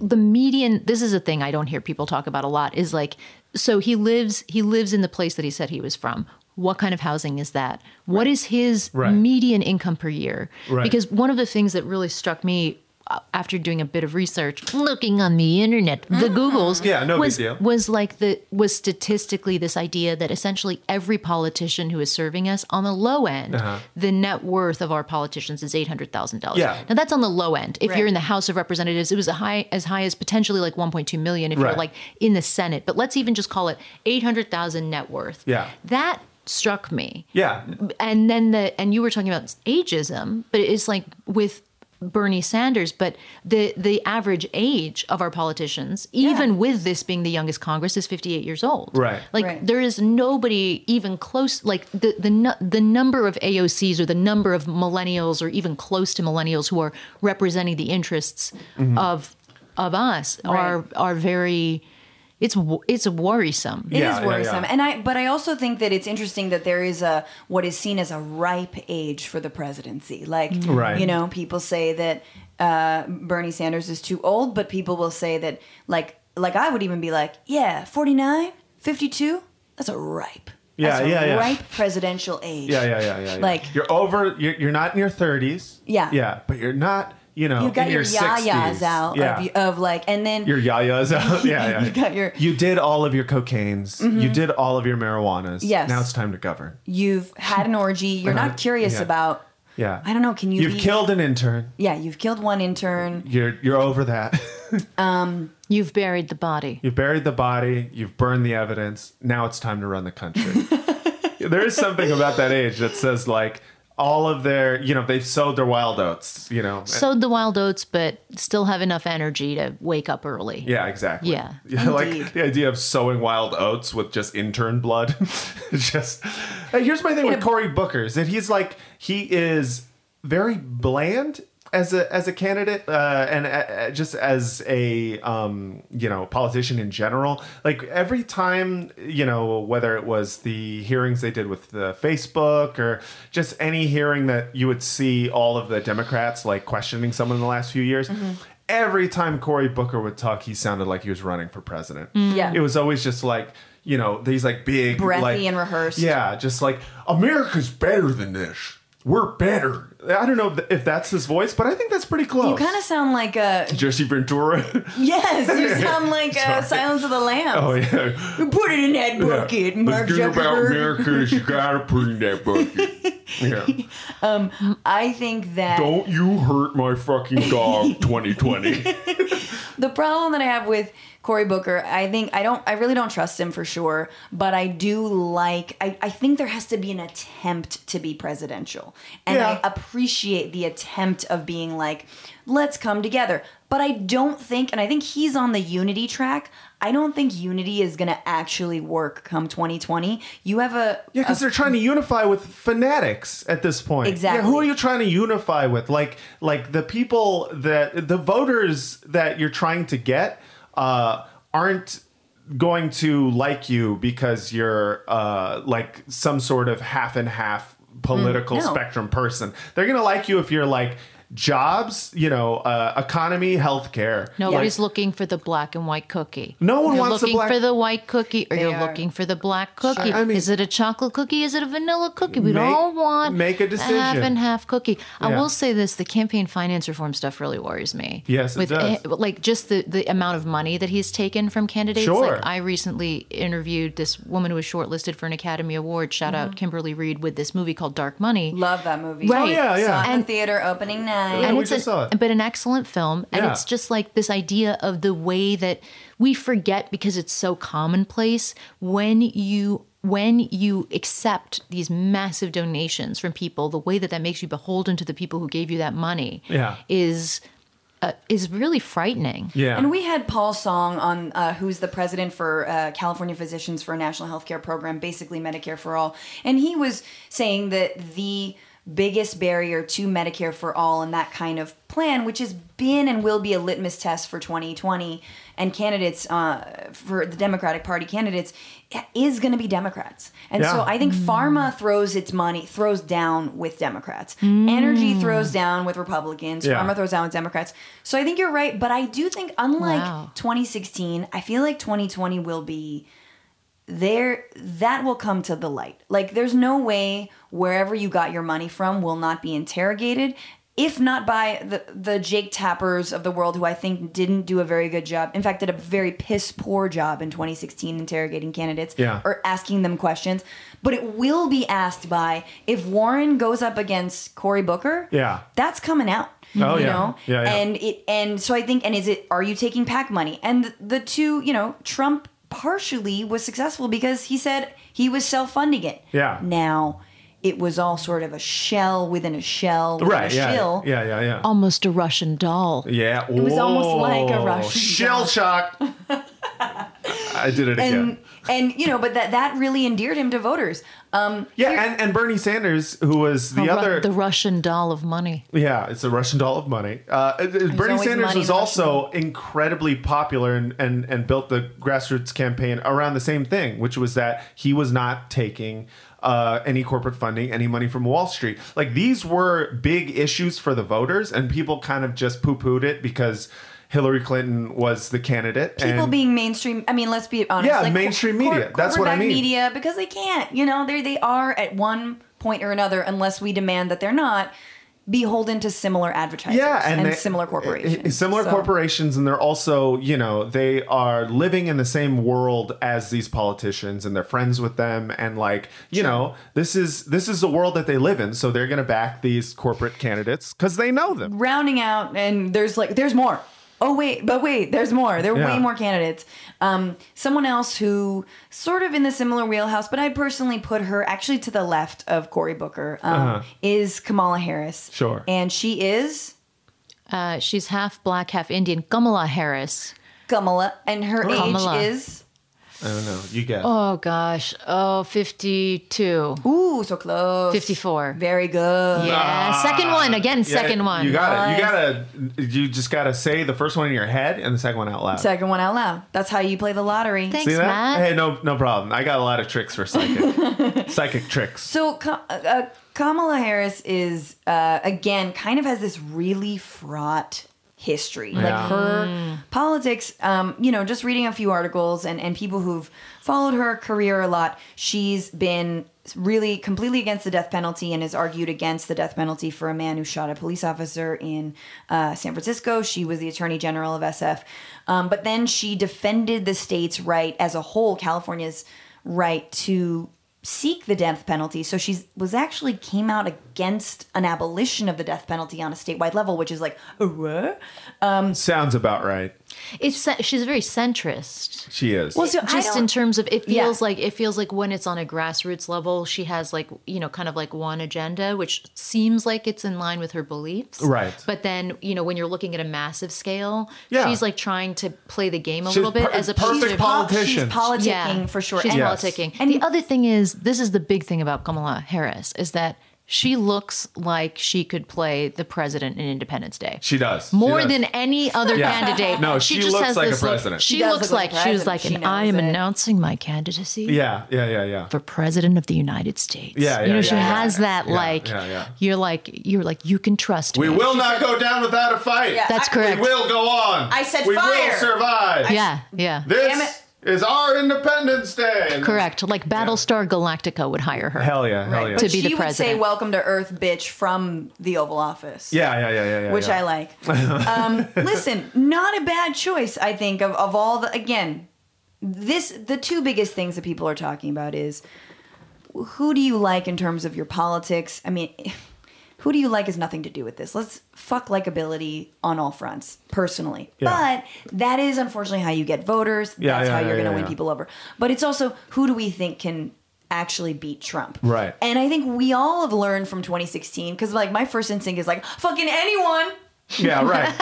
Speaker 4: the median this is a thing I don't hear people talk about a lot is like so he lives he lives in the place that he said he was from what kind of housing is that what is his
Speaker 3: Right.
Speaker 4: median income per year
Speaker 3: Right.
Speaker 4: because one of the things that really struck me uh, after doing a bit of research looking on the internet the googles
Speaker 3: Mm-hmm. Yeah, no big
Speaker 4: was,
Speaker 3: deal.
Speaker 4: was like the was statistically this idea that essentially every politician who is serving us on the low end,
Speaker 3: Uh-huh.
Speaker 4: the net worth of our politicians is eight hundred thousand dollars.
Speaker 3: Yeah.
Speaker 4: Now that's on the low end. If
Speaker 1: Right.
Speaker 4: you're in the House of Representatives, it was a high as high as potentially like one point two million if you're
Speaker 3: Right.
Speaker 4: like in the Senate. But let's even just call it eight hundred thousand net worth.
Speaker 3: Yeah.
Speaker 4: That struck me
Speaker 3: Yeah.
Speaker 4: and then the and you were talking about ageism, but it's like with Bernie Sanders, but the the average age of our politicians, even with this being the youngest Congress, is fifty eight years old.
Speaker 3: Right.
Speaker 4: Like
Speaker 1: Right.
Speaker 4: there is nobody even close. Like the the nu- the number of AOCs or the number of millennials or even close to millennials who are representing the interests of of us are are very. It's wo- it's worrisome.
Speaker 1: It is
Speaker 3: Yeah, yeah, yeah.
Speaker 1: worrisome and i but i also think that it's interesting that there is a what is seen as a ripe age for the presidency like
Speaker 3: Right.
Speaker 1: you know people say that uh, bernie sanders is too old but people will say that like like i would even be like yeah 49 52 that's a ripe
Speaker 3: Yeah,
Speaker 1: that's a
Speaker 3: yeah, yeah.
Speaker 1: ripe presidential age
Speaker 3: Yeah, yeah, yeah, yeah. yeah.
Speaker 1: Like-
Speaker 3: you're over. You're, you're not in your thirties.
Speaker 1: Yeah.
Speaker 3: Yeah, but you're not. You know,
Speaker 1: you got
Speaker 3: in
Speaker 1: your,
Speaker 3: your,
Speaker 1: yayas
Speaker 3: 60s.
Speaker 1: out
Speaker 3: Yeah.
Speaker 1: of, of like and then
Speaker 3: your yayas
Speaker 1: *laughs*
Speaker 3: out. Yeah, yeah.
Speaker 1: You got your- Mm-hmm.
Speaker 3: You did all of your cocaines. You did all of your marijuanas.
Speaker 1: Yes.
Speaker 3: Now it's time to govern.
Speaker 1: you've had an orgy you're not curious
Speaker 3: Uh-huh. Yeah.
Speaker 1: about
Speaker 3: Yeah.
Speaker 1: I don't know, can you
Speaker 3: You've
Speaker 1: be-
Speaker 3: killed an intern.
Speaker 1: yeah you've killed one intern
Speaker 3: You're you're over that. *laughs*
Speaker 4: You've buried the body.
Speaker 3: You've buried the body. You've burned the evidence. Now it's time to run the country. there is something about that age that says like all of their, you know, they've sowed their wild oats. You know.
Speaker 4: sowed the wild oats, but still have enough energy to wake up early.
Speaker 3: Yeah, exactly. *laughs*
Speaker 4: Yeah.
Speaker 1: Indeed.
Speaker 3: like the idea of sowing wild oats with just intern blood. *laughs* It's just Hey, here's my thing with Cory Booker is that he's like he is very bland as a as a candidate uh, and uh, uh, just as a um, you know politician in general. Like every time you know whether it was the hearings they did with the Facebook or just any hearing that you would see all of the Democrats like questioning someone in the last few years. Every time Cory Booker would talk, he sounded like he was running for president.
Speaker 1: Mm. Yeah.
Speaker 3: It was always just like, you know, these like big,
Speaker 1: Breathy
Speaker 3: like-
Speaker 1: and rehearsed.
Speaker 3: Yeah, just like America's better than this. We're better. I don't know if that's his voice, but I think that's pretty close.
Speaker 1: You kind of sound like a
Speaker 3: Jesse Ventura. *laughs*
Speaker 1: yes. You sound like uh Silence of the Lambs.
Speaker 3: oh yeah.
Speaker 1: Put it in that bucket, Mark Zuckerberg.
Speaker 3: is you gotta put in
Speaker 1: *laughs*
Speaker 3: that bucket. Yeah.
Speaker 1: I think that
Speaker 3: Don't you hurt my fucking
Speaker 1: *laughs*
Speaker 3: dog, 2020.
Speaker 1: the problem that I have with Cory Booker, I think I don't I really don't trust him for sure, but I do like I, I think there has to be an attempt to be presidential. And
Speaker 3: Yeah.
Speaker 1: I appreciate the attempt of being like, let's come together. But I don't think and I think he's on the unity track. I don't think unity is gonna actually work come 2020. You have a
Speaker 3: Yeah, because they're trying to unify with fanatics at this point.
Speaker 1: Exactly.
Speaker 3: Yeah, who are you trying to unify with? Like, like the people that the voters that you're trying to get uh, aren't going to like you because you're uh, like some sort of half and half political
Speaker 1: Mm, no.
Speaker 3: spectrum person. They're gonna like you if you're like jobs, you know, uh, economy, healthcare.
Speaker 4: Nobody's looking for the black and white cookie.
Speaker 3: No one
Speaker 4: you're
Speaker 3: wants the
Speaker 4: looking
Speaker 3: black-
Speaker 4: for the white cookie, or you're
Speaker 1: are.
Speaker 4: looking for the black cookie.
Speaker 3: I mean-
Speaker 4: is it a chocolate cookie? Is it a vanilla cookie? We
Speaker 3: Make-
Speaker 4: don't want
Speaker 3: make a
Speaker 4: half
Speaker 3: decision.
Speaker 4: and half cookie. I
Speaker 3: Yeah.
Speaker 4: will say this: the campaign finance reform stuff really worries me.
Speaker 3: Yes, it
Speaker 4: With
Speaker 3: does.
Speaker 4: like just the the amount of money that he's taken from candidates.
Speaker 3: Sure.
Speaker 4: Like I recently interviewed this woman who was shortlisted for an Academy Award. Shout out Kimberly Reed with this movie called Dark Money.
Speaker 1: love that movie.
Speaker 4: Right. Oh, yeah,
Speaker 3: yeah.
Speaker 1: Saw it in
Speaker 4: And-
Speaker 1: theater opening night.
Speaker 3: Yeah,
Speaker 4: and
Speaker 3: we
Speaker 4: it's
Speaker 3: just
Speaker 4: an-
Speaker 3: saw it.
Speaker 4: but an excellent film and
Speaker 3: Yeah.
Speaker 4: it's just like this idea of the way that we forget because it's so commonplace when you when you accept these massive donations from people the way that that makes you beholden to the people who gave you that money
Speaker 3: Yeah.
Speaker 4: is uh, is really frightening
Speaker 3: Yeah.
Speaker 1: And we had Paul Song on, uh, who's the president for uh, California Physicians for a National Healthcare Program, basically Medicare for All. And he was saying that the biggest barrier to Medicare for All and that kind of plan, which has been and will be a litmus test for 2020 and candidates uh, for the Democratic Party candidates, is going to be Democrats. And so
Speaker 3: Yeah.
Speaker 1: I think pharma throws its money, throws down with Democrats. Energy throws down with Republicans.
Speaker 3: Yeah.
Speaker 1: Pharma throws down with Democrats. So I think you're right, but I do think, unlike
Speaker 4: Wow.
Speaker 1: 2016, I feel like 2020 will be there. That will come to the light. Like, there's no way wherever you got your money from will not be interrogated. If not by the, the Jake Tappers of the world, who I think didn't do a very good job, in fact, did a very piss poor job in 2016 interrogating candidates
Speaker 3: Yeah.
Speaker 1: or asking them questions, but it will be asked by if Warren goes up against Cory Booker.
Speaker 3: Yeah.
Speaker 1: that's coming out.
Speaker 3: Oh,
Speaker 1: you
Speaker 3: yeah.
Speaker 1: know?
Speaker 3: Yeah, yeah.
Speaker 1: and it and so I think and is it are you taking PAC money? And the, the two, you know, Trump partially was successful because he said he was self funding it.
Speaker 3: Yeah.
Speaker 1: now it was all sort of a shell within a shell, within
Speaker 3: right.
Speaker 1: A
Speaker 3: Yeah,
Speaker 1: shill.
Speaker 3: yeah. Yeah. Yeah.
Speaker 4: almost a russian doll
Speaker 3: Yeah. It
Speaker 1: was almost like a Russian
Speaker 3: Shell
Speaker 1: doll.
Speaker 3: shock. I did it again.
Speaker 1: And, and you know, but that that really endeared him to voters. Um,
Speaker 3: yeah, and, and Bernie Sanders, who was
Speaker 1: Oh,
Speaker 3: the
Speaker 4: A Ru-
Speaker 3: other,
Speaker 4: the russian doll of money
Speaker 3: yeah, it's a Russian doll of money. Uh, it- it- Bernie
Speaker 1: always
Speaker 3: Sanders
Speaker 1: money in
Speaker 3: was
Speaker 1: the
Speaker 3: also incredibly popular and, and and built the grassroots campaign around the same thing, which was that he was not taking uh, any corporate funding, any money from Wall Street. Like these were big issues for the voters, and people kind of just poo pooed it because Hillary Clinton was the candidate.
Speaker 1: people
Speaker 3: and-
Speaker 1: being mainstream. I mean, let's be honest.
Speaker 3: Yeah,
Speaker 1: like,
Speaker 3: mainstream media. That's what I
Speaker 1: corporate-backed
Speaker 3: mean.
Speaker 1: Media because they can't. You know, they they are at one point or another, unless we demand that they're not beholden to similar advertisers
Speaker 3: yeah, and, they-
Speaker 1: similar corporations.
Speaker 3: eh, Similar
Speaker 1: So-
Speaker 3: corporations, and they're also, you know, they are living in the same world as these politicians, and they're friends with them, and like, you know, this is this is the world that they live in, so they're going to back these corporate candidates because they know
Speaker 4: Mm.
Speaker 3: them.
Speaker 1: rounding out, and there's like there's more. Oh wait, but wait, there's more. There are
Speaker 3: Yeah.
Speaker 1: way more candidates. Um, someone else who sort of in the similar wheelhouse, but I personally put her actually to the left of Cory Booker um, is Kamala Harris.
Speaker 3: Uh-huh. Sure.
Speaker 1: and she is
Speaker 4: uh, she's half black half indian kamala harris
Speaker 1: Kamala, and her
Speaker 4: Kamala.
Speaker 1: age is
Speaker 3: I don't know. You guess.
Speaker 4: oh gosh oh 52
Speaker 1: Ooh, so close.
Speaker 4: 54.
Speaker 1: Very good.
Speaker 4: yeah second one again
Speaker 3: Ah, Yeah,
Speaker 4: second one
Speaker 3: You got
Speaker 1: Nice.
Speaker 3: it. You got to. You just got to say the first one in your head and the second one out loud.
Speaker 1: Second one out loud. That's how you play the lottery.
Speaker 4: Thanks,
Speaker 3: See that?
Speaker 4: Matt.
Speaker 3: Hey, no, no problem. I got a lot of tricks for
Speaker 4: *laughs*
Speaker 3: psychic, psychic tricks.
Speaker 1: So Ka- uh, uh, Kamala Harris is uh, again kind of has this really fraught history.
Speaker 3: Yeah.
Speaker 1: Like her politics, um, you know, just reading a few articles and, and people who've followed her career a lot, she's been really completely against the death penalty and has argued against the death penalty for a man who shot a police officer in uh, San Francisco. She was the attorney general of SF. Um, but then she defended the state's right as a whole, California's right to seek the death penalty. So she was actually came out against an abolition of the death penalty on a statewide level, which is like, uh, what?
Speaker 3: Sounds about right.
Speaker 4: It's ce- she's very centrist.
Speaker 3: She is.
Speaker 1: Well, so I
Speaker 4: Just
Speaker 1: don't-
Speaker 4: in terms of it
Speaker 1: Yeah.
Speaker 4: feels like it feels like when it's on a grassroots level, she has like you know kind of like one agenda, which seems like it's in line with her beliefs.
Speaker 3: Right.
Speaker 4: But then you know when you're looking at a massive scale,
Speaker 3: Yeah.
Speaker 4: she's like trying to play the game a
Speaker 3: She's
Speaker 4: little bit
Speaker 3: per-
Speaker 4: as a
Speaker 3: perfect
Speaker 4: to,
Speaker 3: poli-
Speaker 1: She's
Speaker 3: Politicians.
Speaker 1: politicking
Speaker 4: Yeah,
Speaker 1: for sure.
Speaker 4: She's
Speaker 1: And-
Speaker 3: Yes.
Speaker 4: politicking.
Speaker 1: And-
Speaker 4: the other thing is, this is the big thing about Kamala Harris is that she looks like she could play the president in Independence Day.
Speaker 3: she does. She
Speaker 4: More
Speaker 3: does.
Speaker 4: than any other
Speaker 3: Yeah.
Speaker 4: candidate.
Speaker 3: No, she looks like a
Speaker 4: this
Speaker 3: president.
Speaker 4: Look. She,
Speaker 1: She does
Speaker 4: looks
Speaker 1: look like
Speaker 4: like,
Speaker 1: a
Speaker 4: she was
Speaker 1: president. She
Speaker 4: like, and I am
Speaker 1: knows it."
Speaker 4: announcing my candidacy
Speaker 3: Yeah, yeah, yeah, yeah.
Speaker 4: for president of the United States.
Speaker 3: Yeah,
Speaker 4: you
Speaker 3: yeah,
Speaker 4: know, she
Speaker 3: yeah, yeah.
Speaker 4: has that
Speaker 3: Yeah,
Speaker 4: like
Speaker 3: yeah, yeah.
Speaker 4: you're like you're like you can trust
Speaker 3: We
Speaker 4: me.
Speaker 3: will not go down without a fight.
Speaker 1: Yeah,
Speaker 4: That's
Speaker 1: I-
Speaker 3: We
Speaker 4: correct.
Speaker 3: will go on.
Speaker 1: I said
Speaker 3: we will
Speaker 1: fire.
Speaker 3: survive.
Speaker 4: Yeah, yeah.
Speaker 1: Damn
Speaker 3: This
Speaker 1: it.
Speaker 3: is our Independence Day.
Speaker 4: Correct. Like Battlestar Galactica would hire her.
Speaker 3: Hell yeah, hell
Speaker 1: Right.
Speaker 3: yeah.
Speaker 1: But
Speaker 4: To be
Speaker 1: she
Speaker 4: the
Speaker 1: would say
Speaker 4: president.
Speaker 1: "Welcome to Earth, bitch" from the Oval Office.
Speaker 3: yeah, yeah, yeah, yeah, yeah.
Speaker 1: Which
Speaker 3: yeah.
Speaker 1: I
Speaker 3: *laughs*
Speaker 1: like. Um, listen, not a bad choice, I think, of, of all the, again, this, the two biggest things that people are talking about is who do you like in terms of your politics? I mean, *laughs* who do you like has nothing to do with this. Let's fuck likability on all fronts, personally.
Speaker 3: Yeah.
Speaker 1: But that is unfortunately how you get voters. That's
Speaker 3: Yeah, yeah,
Speaker 1: how you're
Speaker 3: yeah,
Speaker 1: going to
Speaker 3: yeah,
Speaker 1: win
Speaker 3: yeah.
Speaker 1: people over. But it's also who do we think can actually beat Trump?
Speaker 3: Right.
Speaker 1: And I think we all have learned from 2016 because like my first instinct is like fucking anyone.
Speaker 3: Yeah, right.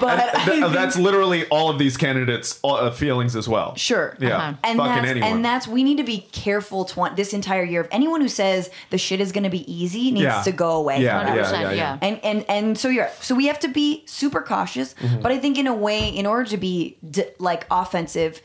Speaker 1: *laughs* But I
Speaker 3: Th-
Speaker 1: think-
Speaker 3: that's literally all of these candidates' all- uh, feelings as well.
Speaker 1: Sure.
Speaker 3: Yeah.
Speaker 4: Uh-huh.
Speaker 1: And
Speaker 3: Fucking
Speaker 1: that's,
Speaker 3: anyone.
Speaker 1: And that's we need to be careful to want this entire year. If anyone who says the shit is going to be easy needs
Speaker 3: Yeah.
Speaker 1: to go away.
Speaker 3: Yeah,
Speaker 1: forever.
Speaker 3: yeah,
Speaker 4: 100%,
Speaker 3: yeah, yeah.
Speaker 4: yeah.
Speaker 1: And and and so you're so we have to be super cautious.
Speaker 3: Mm-hmm.
Speaker 1: But I think in a way, in order to be d- like offensive.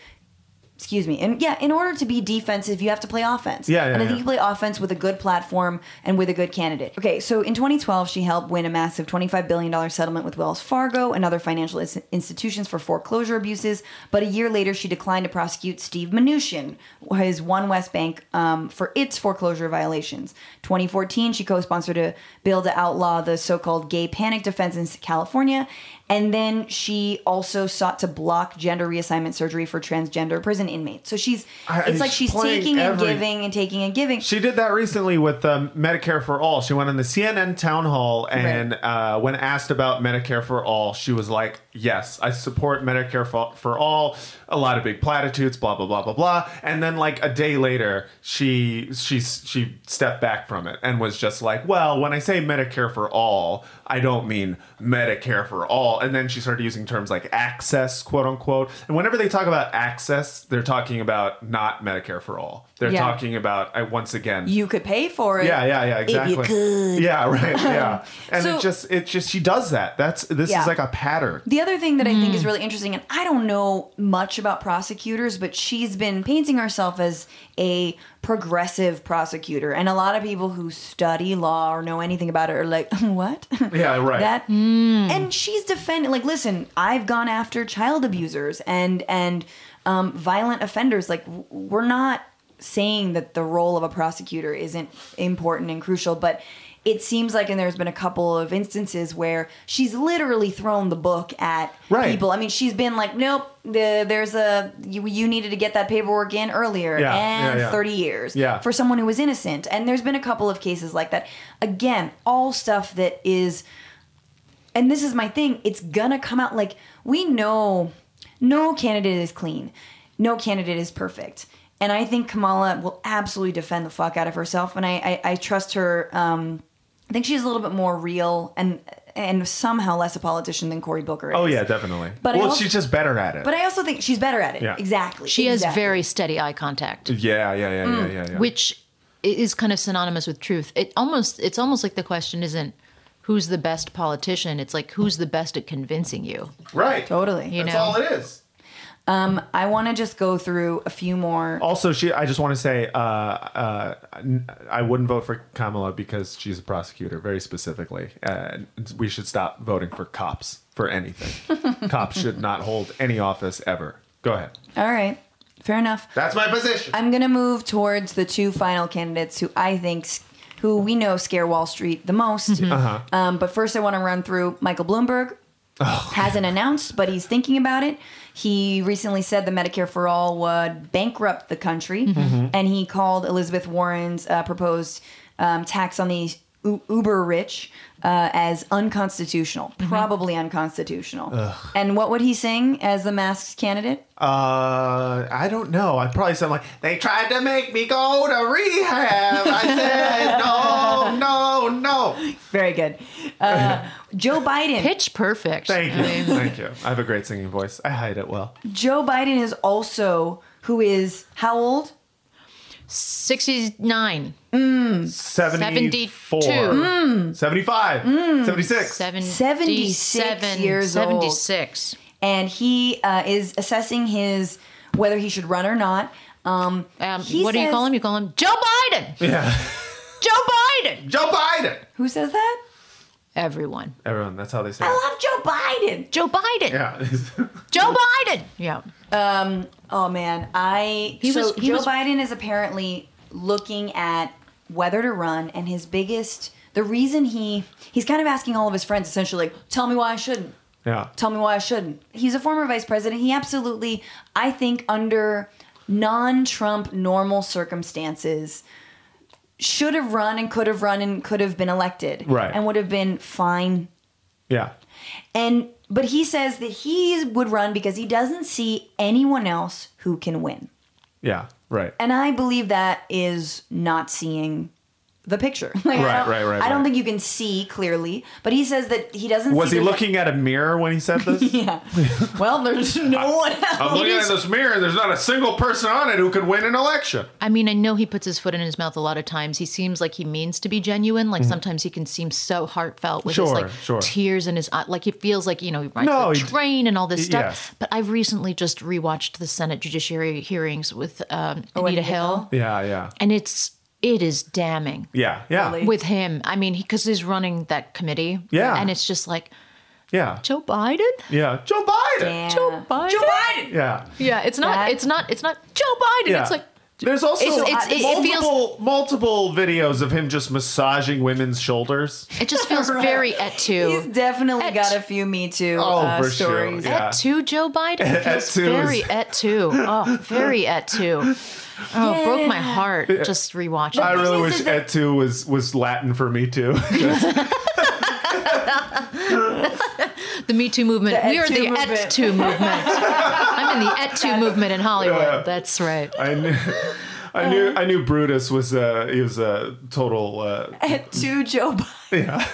Speaker 1: Excuse me, and yeah, in order to be defensive, you have to play offense.
Speaker 3: Yeah, yeah,
Speaker 1: and I
Speaker 3: yeah.
Speaker 1: think you play offense with a good platform and with a good candidate. Okay, so in 2012, she helped win a massive 25 billion dollar settlement with Wells Fargo and other financial ins- institutions for foreclosure abuses. But a year later, she declined to prosecute Steve Mnuchin, his One West Bank, um, for its foreclosure violations. 2014, she co-sponsored a bill to outlaw the so-called gay panic defense in California, and then she also sought to block gender reassignment surgery for transgender prison inmates. So she's
Speaker 3: I-
Speaker 1: it's like she's
Speaker 3: she's playing
Speaker 1: taking
Speaker 3: every-
Speaker 1: and giving and taking and giving.
Speaker 3: She did that recently with um, Medicare for All. She went on the CNN town hall, and
Speaker 1: Right.
Speaker 3: uh, when asked about Medicare for All, she was like, "Yes, I support Medicare for, for All." A lot of big platitudes, blah blah blah blah blah. And then, like a day later, she she she stepped back from it and was just like, "Well, when I say Medicare for All, I don't mean Medicare for All." And then she started using terms like access, quote unquote. And whenever they talk about access, they're talking about not Medicare for All. They're
Speaker 1: Yeah.
Speaker 3: talking talking about I once again.
Speaker 1: you could pay for it.
Speaker 3: yeah, yeah, yeah, exactly. Yeah,
Speaker 1: *laughs*
Speaker 3: right. Yeah. And
Speaker 1: So-
Speaker 3: it just it just she does that. That's this
Speaker 1: Yeah.
Speaker 3: is like a
Speaker 1: *laughs*
Speaker 3: pattern.
Speaker 1: The other thing that I think is really interesting, and I don't know much about prosecutors, but she's been painting herself as a progressive prosecutor. And a lot of people who study law or know anything about it are like, *laughs* what?
Speaker 3: Yeah, right.
Speaker 1: That and she's defending like listen, I've gone after child abusers and and um, violent offenders. Like w- we're not saying that the role of a prosecutor isn't important and crucial, but it seems like and there's been a couple of instances where she's literally thrown the book at
Speaker 3: Right.
Speaker 1: people. I mean, she's been like, nope, the, there's a you, you needed to get that paperwork in earlier
Speaker 3: Yeah,
Speaker 1: and
Speaker 3: yeah, yeah.
Speaker 1: 30 years
Speaker 3: Yeah.
Speaker 1: for someone who was innocent. And there's been a couple of cases like that. Again, all stuff that is and this is my thing it's gonna come out like we know no candidate is clean no candidate is perfect and i think kamala will absolutely defend the fuck out of herself and i i, I trust her um i think she's a little bit more real and and somehow less a politician than cory booker is.
Speaker 3: Oh yeah, definitely.
Speaker 1: But I
Speaker 3: well,
Speaker 1: also-
Speaker 3: she's just better at it.
Speaker 1: but i also think she's better at it
Speaker 3: Yeah.
Speaker 1: exactly
Speaker 4: She has
Speaker 1: Exactly.
Speaker 4: very steady eye contact.
Speaker 3: yeah, yeah, yeah,
Speaker 1: Mm.
Speaker 3: yeah, yeah, yeah.
Speaker 4: which i- is kind of synonymous with truth. It almost it's almost like the question isn't who's the best politician. It's like who's the best at convincing you.
Speaker 3: right.
Speaker 1: totally
Speaker 4: You
Speaker 3: That's
Speaker 4: know.
Speaker 3: all it is.
Speaker 1: Um, I want to just go through a few more.
Speaker 3: Also, she. I just want to say, uh, uh, n- I wouldn't vote for Kamala because she's a prosecutor, very specifically. Uh, we should stop voting for cops for
Speaker 1: *laughs*
Speaker 3: anything. cops should not hold any office ever. Go ahead.
Speaker 1: All right, fair enough.
Speaker 3: That's my position.
Speaker 1: I'm gonna move towards the two final candidates who I think, s- who we know scare Wall Street the most. Um, but first, I want to run through Michael Bloomberg. Hasn't announced, but he's thinking about it. He recently said the Medicare for All would bankrupt the country, and he called Elizabeth Warren's uh, proposed um, tax on the u- uber rich uh, as unconstitutional, probably unconstitutional. And what would he sing as the masked candidate?
Speaker 3: Uh, I don't know. I probably sound like they tried to make me go to rehab. I said no, no, no.
Speaker 1: Very good. Uh, Joe Biden.
Speaker 4: Pitch perfect.
Speaker 3: Thank
Speaker 4: I
Speaker 3: you,
Speaker 4: mean,
Speaker 3: thank you. I have a great singing voice. I hide it well.
Speaker 1: Joe Biden is also who is how old?
Speaker 4: 69,
Speaker 3: 74,
Speaker 4: 72.
Speaker 1: Hmm.
Speaker 3: 75, 76.
Speaker 1: 76
Speaker 4: 77,
Speaker 1: years old.
Speaker 4: 76.
Speaker 1: And he uh, is assessing his whether he should run or not. Um,
Speaker 4: Um,
Speaker 1: he
Speaker 4: what do you
Speaker 1: says-
Speaker 4: call him? You call him Joe Biden.
Speaker 3: Yeah.
Speaker 4: Joe Biden.
Speaker 3: Joe Biden.
Speaker 1: Who says that?
Speaker 4: Everyone.
Speaker 3: Everyone, that's how they say
Speaker 1: I
Speaker 3: it.
Speaker 1: love Joe Biden.
Speaker 4: Joe Biden.
Speaker 3: Yeah. *laughs*
Speaker 4: Joe Biden. Yeah.
Speaker 1: Um, oh man, I
Speaker 4: He
Speaker 1: so
Speaker 4: was- he
Speaker 1: Joe
Speaker 4: was-
Speaker 1: Biden is apparently looking at whether to run, and his biggest the reason he he's kind of asking all of his friends essentially, like, tell me why I shouldn't.
Speaker 3: yeah.
Speaker 1: tell me why I shouldn't. He's a former vice president. He absolutely, I think, under non Trump normal circumstances, should have run and could have run and could have been elected.
Speaker 3: Right.
Speaker 1: And would have been fine.
Speaker 3: Yeah.
Speaker 1: And but he says that he would run because he doesn't see anyone else who can win.
Speaker 3: Yeah. Right.
Speaker 1: And I believe that is not seeing the picture. *laughs* Like, I
Speaker 3: Right,
Speaker 1: don't-
Speaker 3: right, right,
Speaker 1: I don't
Speaker 3: right.
Speaker 1: think you can see clearly, but he says that he doesn't
Speaker 3: Was
Speaker 1: see
Speaker 3: he
Speaker 1: there's-
Speaker 3: looking at a mirror when he said this?
Speaker 1: *laughs* Yeah. *laughs* well, there's no one else.
Speaker 3: I'm looking at this mirror and there's not a single person on it who could win an election.
Speaker 4: I mean, I know he puts his foot in his mouth a lot of times. He seems like he means to be genuine. Like sometimes he can seem so heartfelt with
Speaker 3: Mm-hmm. Sure,
Speaker 4: his like
Speaker 3: sure.
Speaker 4: tears in his eye. Like he feels like, you know, he rides
Speaker 3: No,
Speaker 4: the
Speaker 3: he d-
Speaker 4: train and all this stuff.
Speaker 3: yes.
Speaker 4: But I've recently just rewatched the Senate Judiciary hearings with um, Anita,
Speaker 1: Anita
Speaker 4: Hill.
Speaker 1: Hill?
Speaker 3: Yeah, yeah.
Speaker 4: And it's it is damning
Speaker 3: Yeah, yeah.
Speaker 1: Really?
Speaker 4: with him. I mean, because he's running that committee.
Speaker 3: Yeah.
Speaker 4: And it's just like,
Speaker 3: Yeah.
Speaker 4: Joe Biden?
Speaker 3: Yeah. Joe Biden.
Speaker 4: Joe Biden?
Speaker 1: Joe Biden.
Speaker 3: Yeah.
Speaker 4: Yeah, it's not,
Speaker 1: That-
Speaker 4: it's not, it's not Joe Biden.
Speaker 3: Yeah.
Speaker 4: It's like,
Speaker 3: there's also
Speaker 4: it's- it's- it- it feels-
Speaker 3: multiple multiple videos of him just massaging women's
Speaker 4: *laughs*
Speaker 3: shoulders.
Speaker 4: it just
Speaker 3: *laughs*
Speaker 4: feels very et tu.
Speaker 1: He's definitely
Speaker 4: At-
Speaker 1: got a few Me Too
Speaker 3: Oh,
Speaker 1: uh,
Speaker 3: for sure.
Speaker 1: stories.
Speaker 3: Yeah.
Speaker 4: Et tu, Joe
Speaker 3: *laughs*
Speaker 4: Biden? It
Speaker 3: Et
Speaker 4: feels
Speaker 3: tu is-
Speaker 4: very et tu. Oh, very et tu. Oh, it broke my heart just rewatching.
Speaker 3: I
Speaker 4: this.
Speaker 3: really
Speaker 1: is
Speaker 3: wish
Speaker 1: that-
Speaker 3: et tu was was Latin for me too. *laughs*
Speaker 4: the Me Too movement.
Speaker 1: The Et
Speaker 4: we are
Speaker 1: Tu
Speaker 4: the
Speaker 1: movement.
Speaker 4: et tu movement.
Speaker 3: *laughs*
Speaker 4: I'm in the et tu movement in Hollywood.
Speaker 3: Yeah.
Speaker 4: That's right.
Speaker 3: I knew I
Speaker 4: *laughs*
Speaker 3: knew I knew Brutus was uh he was a total uh,
Speaker 1: At two Joe Biden.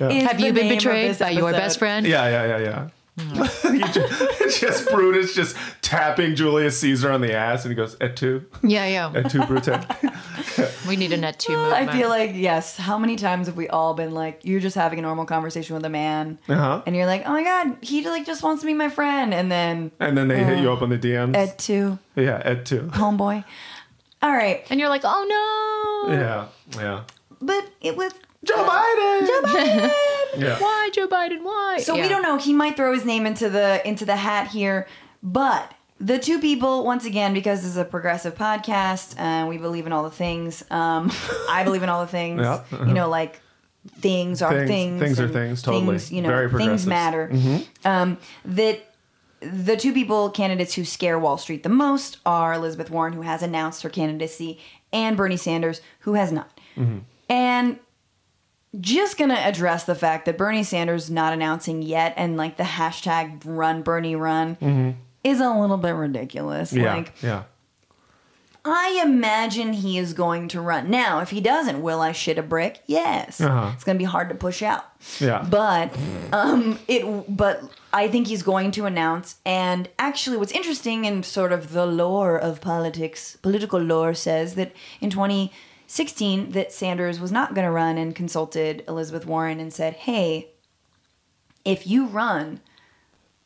Speaker 3: yeah.
Speaker 1: is
Speaker 4: Have
Speaker 1: the
Speaker 4: you been
Speaker 1: name of
Speaker 4: betrayed
Speaker 1: this
Speaker 4: by your
Speaker 1: episode.
Speaker 4: best friend?
Speaker 3: Yeah, yeah, yeah, yeah.
Speaker 4: Mm.
Speaker 3: *laughs* He just, just Brutus just tapping Julius Caesar on the ass, and he goes et tu,
Speaker 4: yeah. yeah.
Speaker 3: et tu,
Speaker 4: *laughs*
Speaker 3: Brutus.
Speaker 4: We need an et tu
Speaker 1: Well,
Speaker 4: movement.
Speaker 1: I feel like yes. How many times have we all been like, you're just having a normal conversation with a man,
Speaker 3: Uh-huh.
Speaker 1: and you're like, oh my god, he like just wants to be my friend, and then
Speaker 3: And then they hit
Speaker 4: Oh.
Speaker 3: you up on the DMs.
Speaker 1: at two,
Speaker 3: yeah, et tu.
Speaker 1: homeboy. All right,
Speaker 4: and you're like, oh no.
Speaker 3: Yeah, yeah.
Speaker 1: but it
Speaker 4: *laughs*
Speaker 1: was
Speaker 3: Joe Biden. Joe
Speaker 1: Biden.
Speaker 3: Yeah.
Speaker 4: Why, Joe Biden? Why?
Speaker 1: So we
Speaker 4: Yeah.
Speaker 1: don't know. He might throw his name into the into the hat here, but the two people once again because this is a progressive podcast and we believe in all the things. Um, *laughs* I believe in all the things.
Speaker 3: Yeah. uh-huh.
Speaker 1: You know, like things are
Speaker 3: Things-
Speaker 1: things.
Speaker 3: things are
Speaker 1: and
Speaker 3: things, totally.
Speaker 1: you know,
Speaker 3: Very Mm-hmm.
Speaker 1: things
Speaker 3: progressives.
Speaker 1: matter. Um, that the two people candidates who scare Wall Street the most are Elizabeth Warren, who has announced her candidacy, and Bernie Sanders, who has not. And just gonna address the fact that Bernie Sanders not announcing yet and like the hashtag run Bernie run is a little bit ridiculous.
Speaker 3: Mm-hmm. Yeah,
Speaker 1: Like
Speaker 3: yeah.
Speaker 1: I imagine he is going to run. Now, if he doesn't, will I shit a brick? Yes.
Speaker 3: Uh-huh.
Speaker 1: It's gonna be hard to push out.
Speaker 3: Yeah.
Speaker 1: But um it but I think he's going to announce and actually what's interesting and sort of the lore of politics, political lore says that in 2016 that Sanders was not going to run and consulted Elizabeth Warren and said, "Hey, if you run,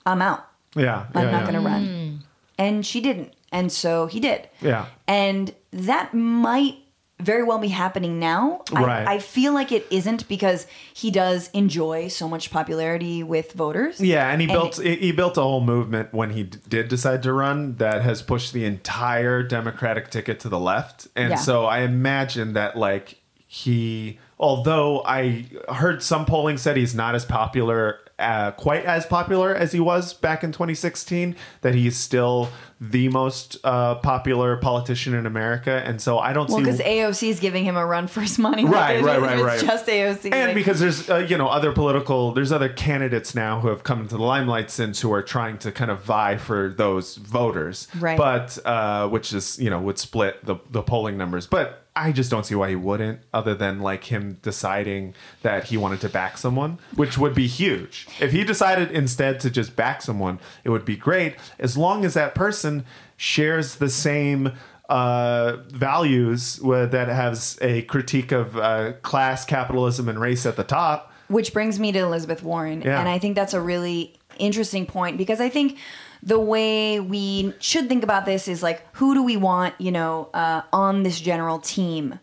Speaker 1: I'm out.
Speaker 3: Yeah,
Speaker 1: I'm
Speaker 3: yeah,
Speaker 1: not
Speaker 3: yeah.
Speaker 1: going to run." and she didn't. And so he did.
Speaker 3: Yeah.
Speaker 1: And that might very well be happening now. I-
Speaker 3: Right.
Speaker 1: I, feel like it isn't because he does enjoy so much popularity with voters.
Speaker 3: Yeah, and he built he he built a whole movement when he d- did decide to run that has pushed the entire Democratic ticket to the left. And
Speaker 1: Yeah.
Speaker 3: so I imagine that like he although I heard some polling said he's not as popular uh, quite as popular as he was back in 2016 that he's still the most uh, popular politician in America and so I don't
Speaker 1: Well,
Speaker 3: see
Speaker 1: because AOC is giving him a run for his *laughs* money.
Speaker 3: Right,
Speaker 1: If
Speaker 3: right, right,
Speaker 1: it's
Speaker 3: right.
Speaker 1: Just AOC.
Speaker 3: and
Speaker 1: like-
Speaker 3: because there's uh, you know other political there's other candidates now who have come into the limelight since who are trying to kind of vie for those voters
Speaker 1: Right.
Speaker 3: but uh, which is you know would split the, the polling numbers but i just don't see why he wouldn't other than like him deciding that he wanted to back someone which would be huge if he decided instead to just back someone it would be great as long as that person shares the same uh, values where, that has a critique of uh, class, capitalism, and race at the top.
Speaker 1: Which brings me to Elizabeth Warren.
Speaker 3: Yeah.
Speaker 1: And I think that's a really interesting point because I think the way we should think about this is like, who do we want, you know, uh, on this general team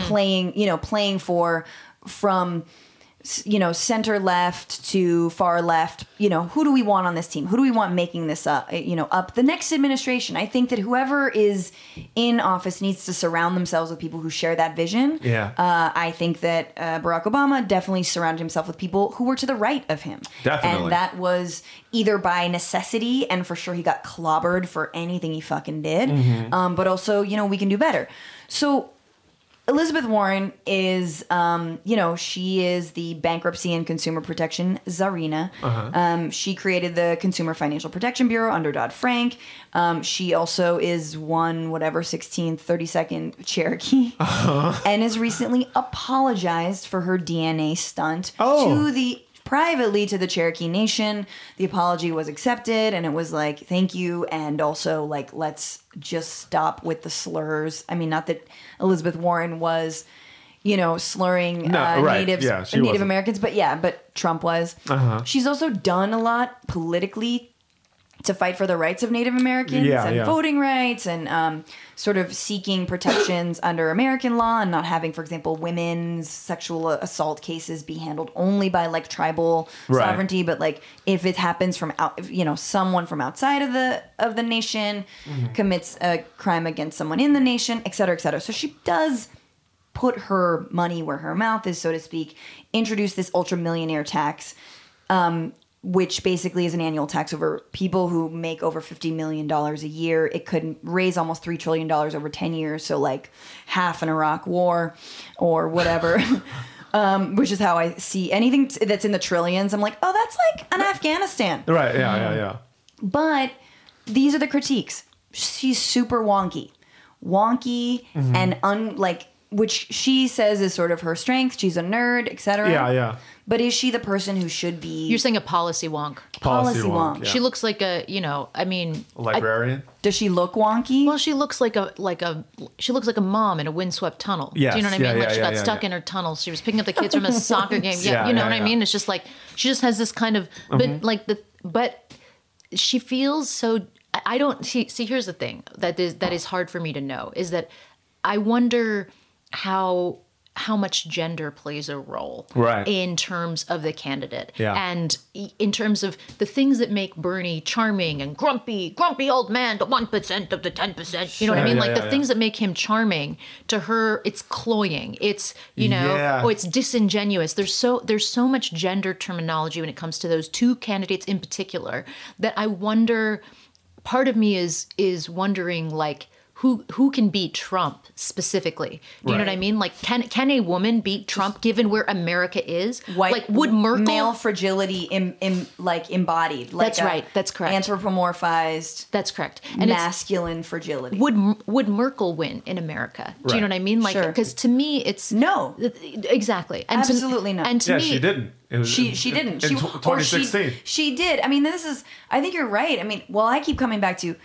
Speaker 1: playing, you know, playing for from, s- you know, center left to far left? You know, who do we want on this team? Who do we want making this up, uh, you know, up the next administration? I think that whoever is in office needs to surround themselves with people who share that vision.
Speaker 3: Yeah.
Speaker 1: Uh, I think that uh, Barack Obama definitely surrounded himself with people who were to the right of him.
Speaker 3: Definitely.
Speaker 1: And that was either by necessity, and for sure he got clobbered for anything he fucking did, um, but also, you know, we can do better. So Elizabeth Warren is, um, you know, she is the bankruptcy and consumer protection czarina. Um, she created the Consumer Financial Protection Bureau under Dodd Frank. Um, she also is one, whatever, 16th, 32nd Cherokee *laughs* and has recently apologized for her DNA stunt
Speaker 3: Oh.
Speaker 1: to the privately to the Cherokee Nation. The apology was accepted and it was like, thank you. And also, like, let's just stop with the slurs. I mean, not that Elizabeth Warren was, you know, slurring
Speaker 3: No,
Speaker 1: uh,
Speaker 3: right.
Speaker 1: natives,
Speaker 3: Yeah, she
Speaker 1: Native
Speaker 3: wasn't. Uh-huh.
Speaker 1: Americans, but yeah, but Trump was. She's also done a lot politically to fight for the rights of Native Americans
Speaker 3: Yeah,
Speaker 1: and
Speaker 3: yeah.
Speaker 1: voting rights and um, sort of seeking protections under American law and not having, for example, women's sexual assault cases be handled only by like tribal
Speaker 3: Right.
Speaker 1: sovereignty, but like if it happens from out, if, you know, someone from outside of the of the nation commits a crime against someone in the nation, et cetera, et cetera. So she does put her money where her mouth is, so to speak, introduce this ultra millionaire tax, um, which basically is an annual tax over people who make over $50 million a year. It could raise almost $3 trillion over 10 years, so like half an Iraq war or whatever.
Speaker 3: *laughs*
Speaker 1: Um, which is how I see anything t- that's in the trillions. I'm like, oh, that's like an Afghanistan.
Speaker 3: Right? Yeah, yeah, yeah.
Speaker 1: But these are the critiques. She's super wonky, wonky
Speaker 3: Mm-hmm.
Speaker 1: and un like which she says is sort of her strength. She's a nerd, etc.
Speaker 3: Yeah, yeah.
Speaker 1: But is she the person who should be?
Speaker 4: You're saying a policy wonk.
Speaker 1: Policy wonk.
Speaker 3: yeah.
Speaker 4: She looks like a, you know, I mean,
Speaker 3: A librarian.
Speaker 1: Does she look wonky?
Speaker 4: well, she looks like a like a she looks like a mom in a windswept tunnel.
Speaker 3: Yes,
Speaker 4: Do you know what I
Speaker 3: yeah,
Speaker 4: mean? like
Speaker 3: yeah,
Speaker 4: she
Speaker 3: yeah,
Speaker 4: got
Speaker 3: yeah,
Speaker 4: stuck
Speaker 3: yeah.
Speaker 4: in her tunnel. She was picking up the
Speaker 3: *laughs*
Speaker 4: kids from a soccer game. Yeah,
Speaker 3: Yeah,
Speaker 4: you know
Speaker 3: yeah, Mm-hmm.
Speaker 4: what
Speaker 3: yeah.
Speaker 4: I mean? It's just like she just has this kind of but like the but she feels so I- I don't see see here's the thing that is that is hard for me to know is that I wonder how how much gender plays a role
Speaker 3: Right.
Speaker 4: in terms of the candidate
Speaker 3: Yeah.
Speaker 4: and i- in terms of the things that make Bernie charming and grumpy, grumpy old man, the one percent of the ten percent. You know what
Speaker 3: Sure.
Speaker 4: I mean?
Speaker 3: Yeah,
Speaker 4: like
Speaker 3: yeah,
Speaker 4: the
Speaker 3: yeah.
Speaker 4: things that make him charming to her, it's cloying. It's you know,
Speaker 3: Yeah.
Speaker 4: or it's disingenuous. There's so there's so much gender terminology when it comes to those two candidates in particular that I wonder. Part of me is is wondering like. Who, who can beat Trump specifically? Do you know what I
Speaker 3: Right.
Speaker 4: mean? Like, can can a woman beat Trump given where America is?
Speaker 1: White-
Speaker 4: like, would Merkel
Speaker 1: male fragility Im, im, like embodied? Like
Speaker 4: That's
Speaker 1: a
Speaker 4: right, that's correct.
Speaker 1: Anthropomorphized
Speaker 4: That's correct. And it's
Speaker 1: masculine fragility.
Speaker 4: would would Merkel win in America? Do you know
Speaker 3: Right.
Speaker 4: what I mean? Like,
Speaker 1: Sure.
Speaker 4: because to me, it's
Speaker 1: No.
Speaker 4: exactly, and to-
Speaker 1: Absolutely not.
Speaker 4: And to
Speaker 3: Yeah,
Speaker 4: me,
Speaker 3: she didn't. It was
Speaker 1: She
Speaker 3: in-
Speaker 1: she
Speaker 3: in-
Speaker 1: didn't.
Speaker 3: in
Speaker 1: she
Speaker 3: tw-
Speaker 1: or
Speaker 3: 2016.
Speaker 1: She, she did. I mean, this is. I think you're right. I mean, well, I keep coming back to.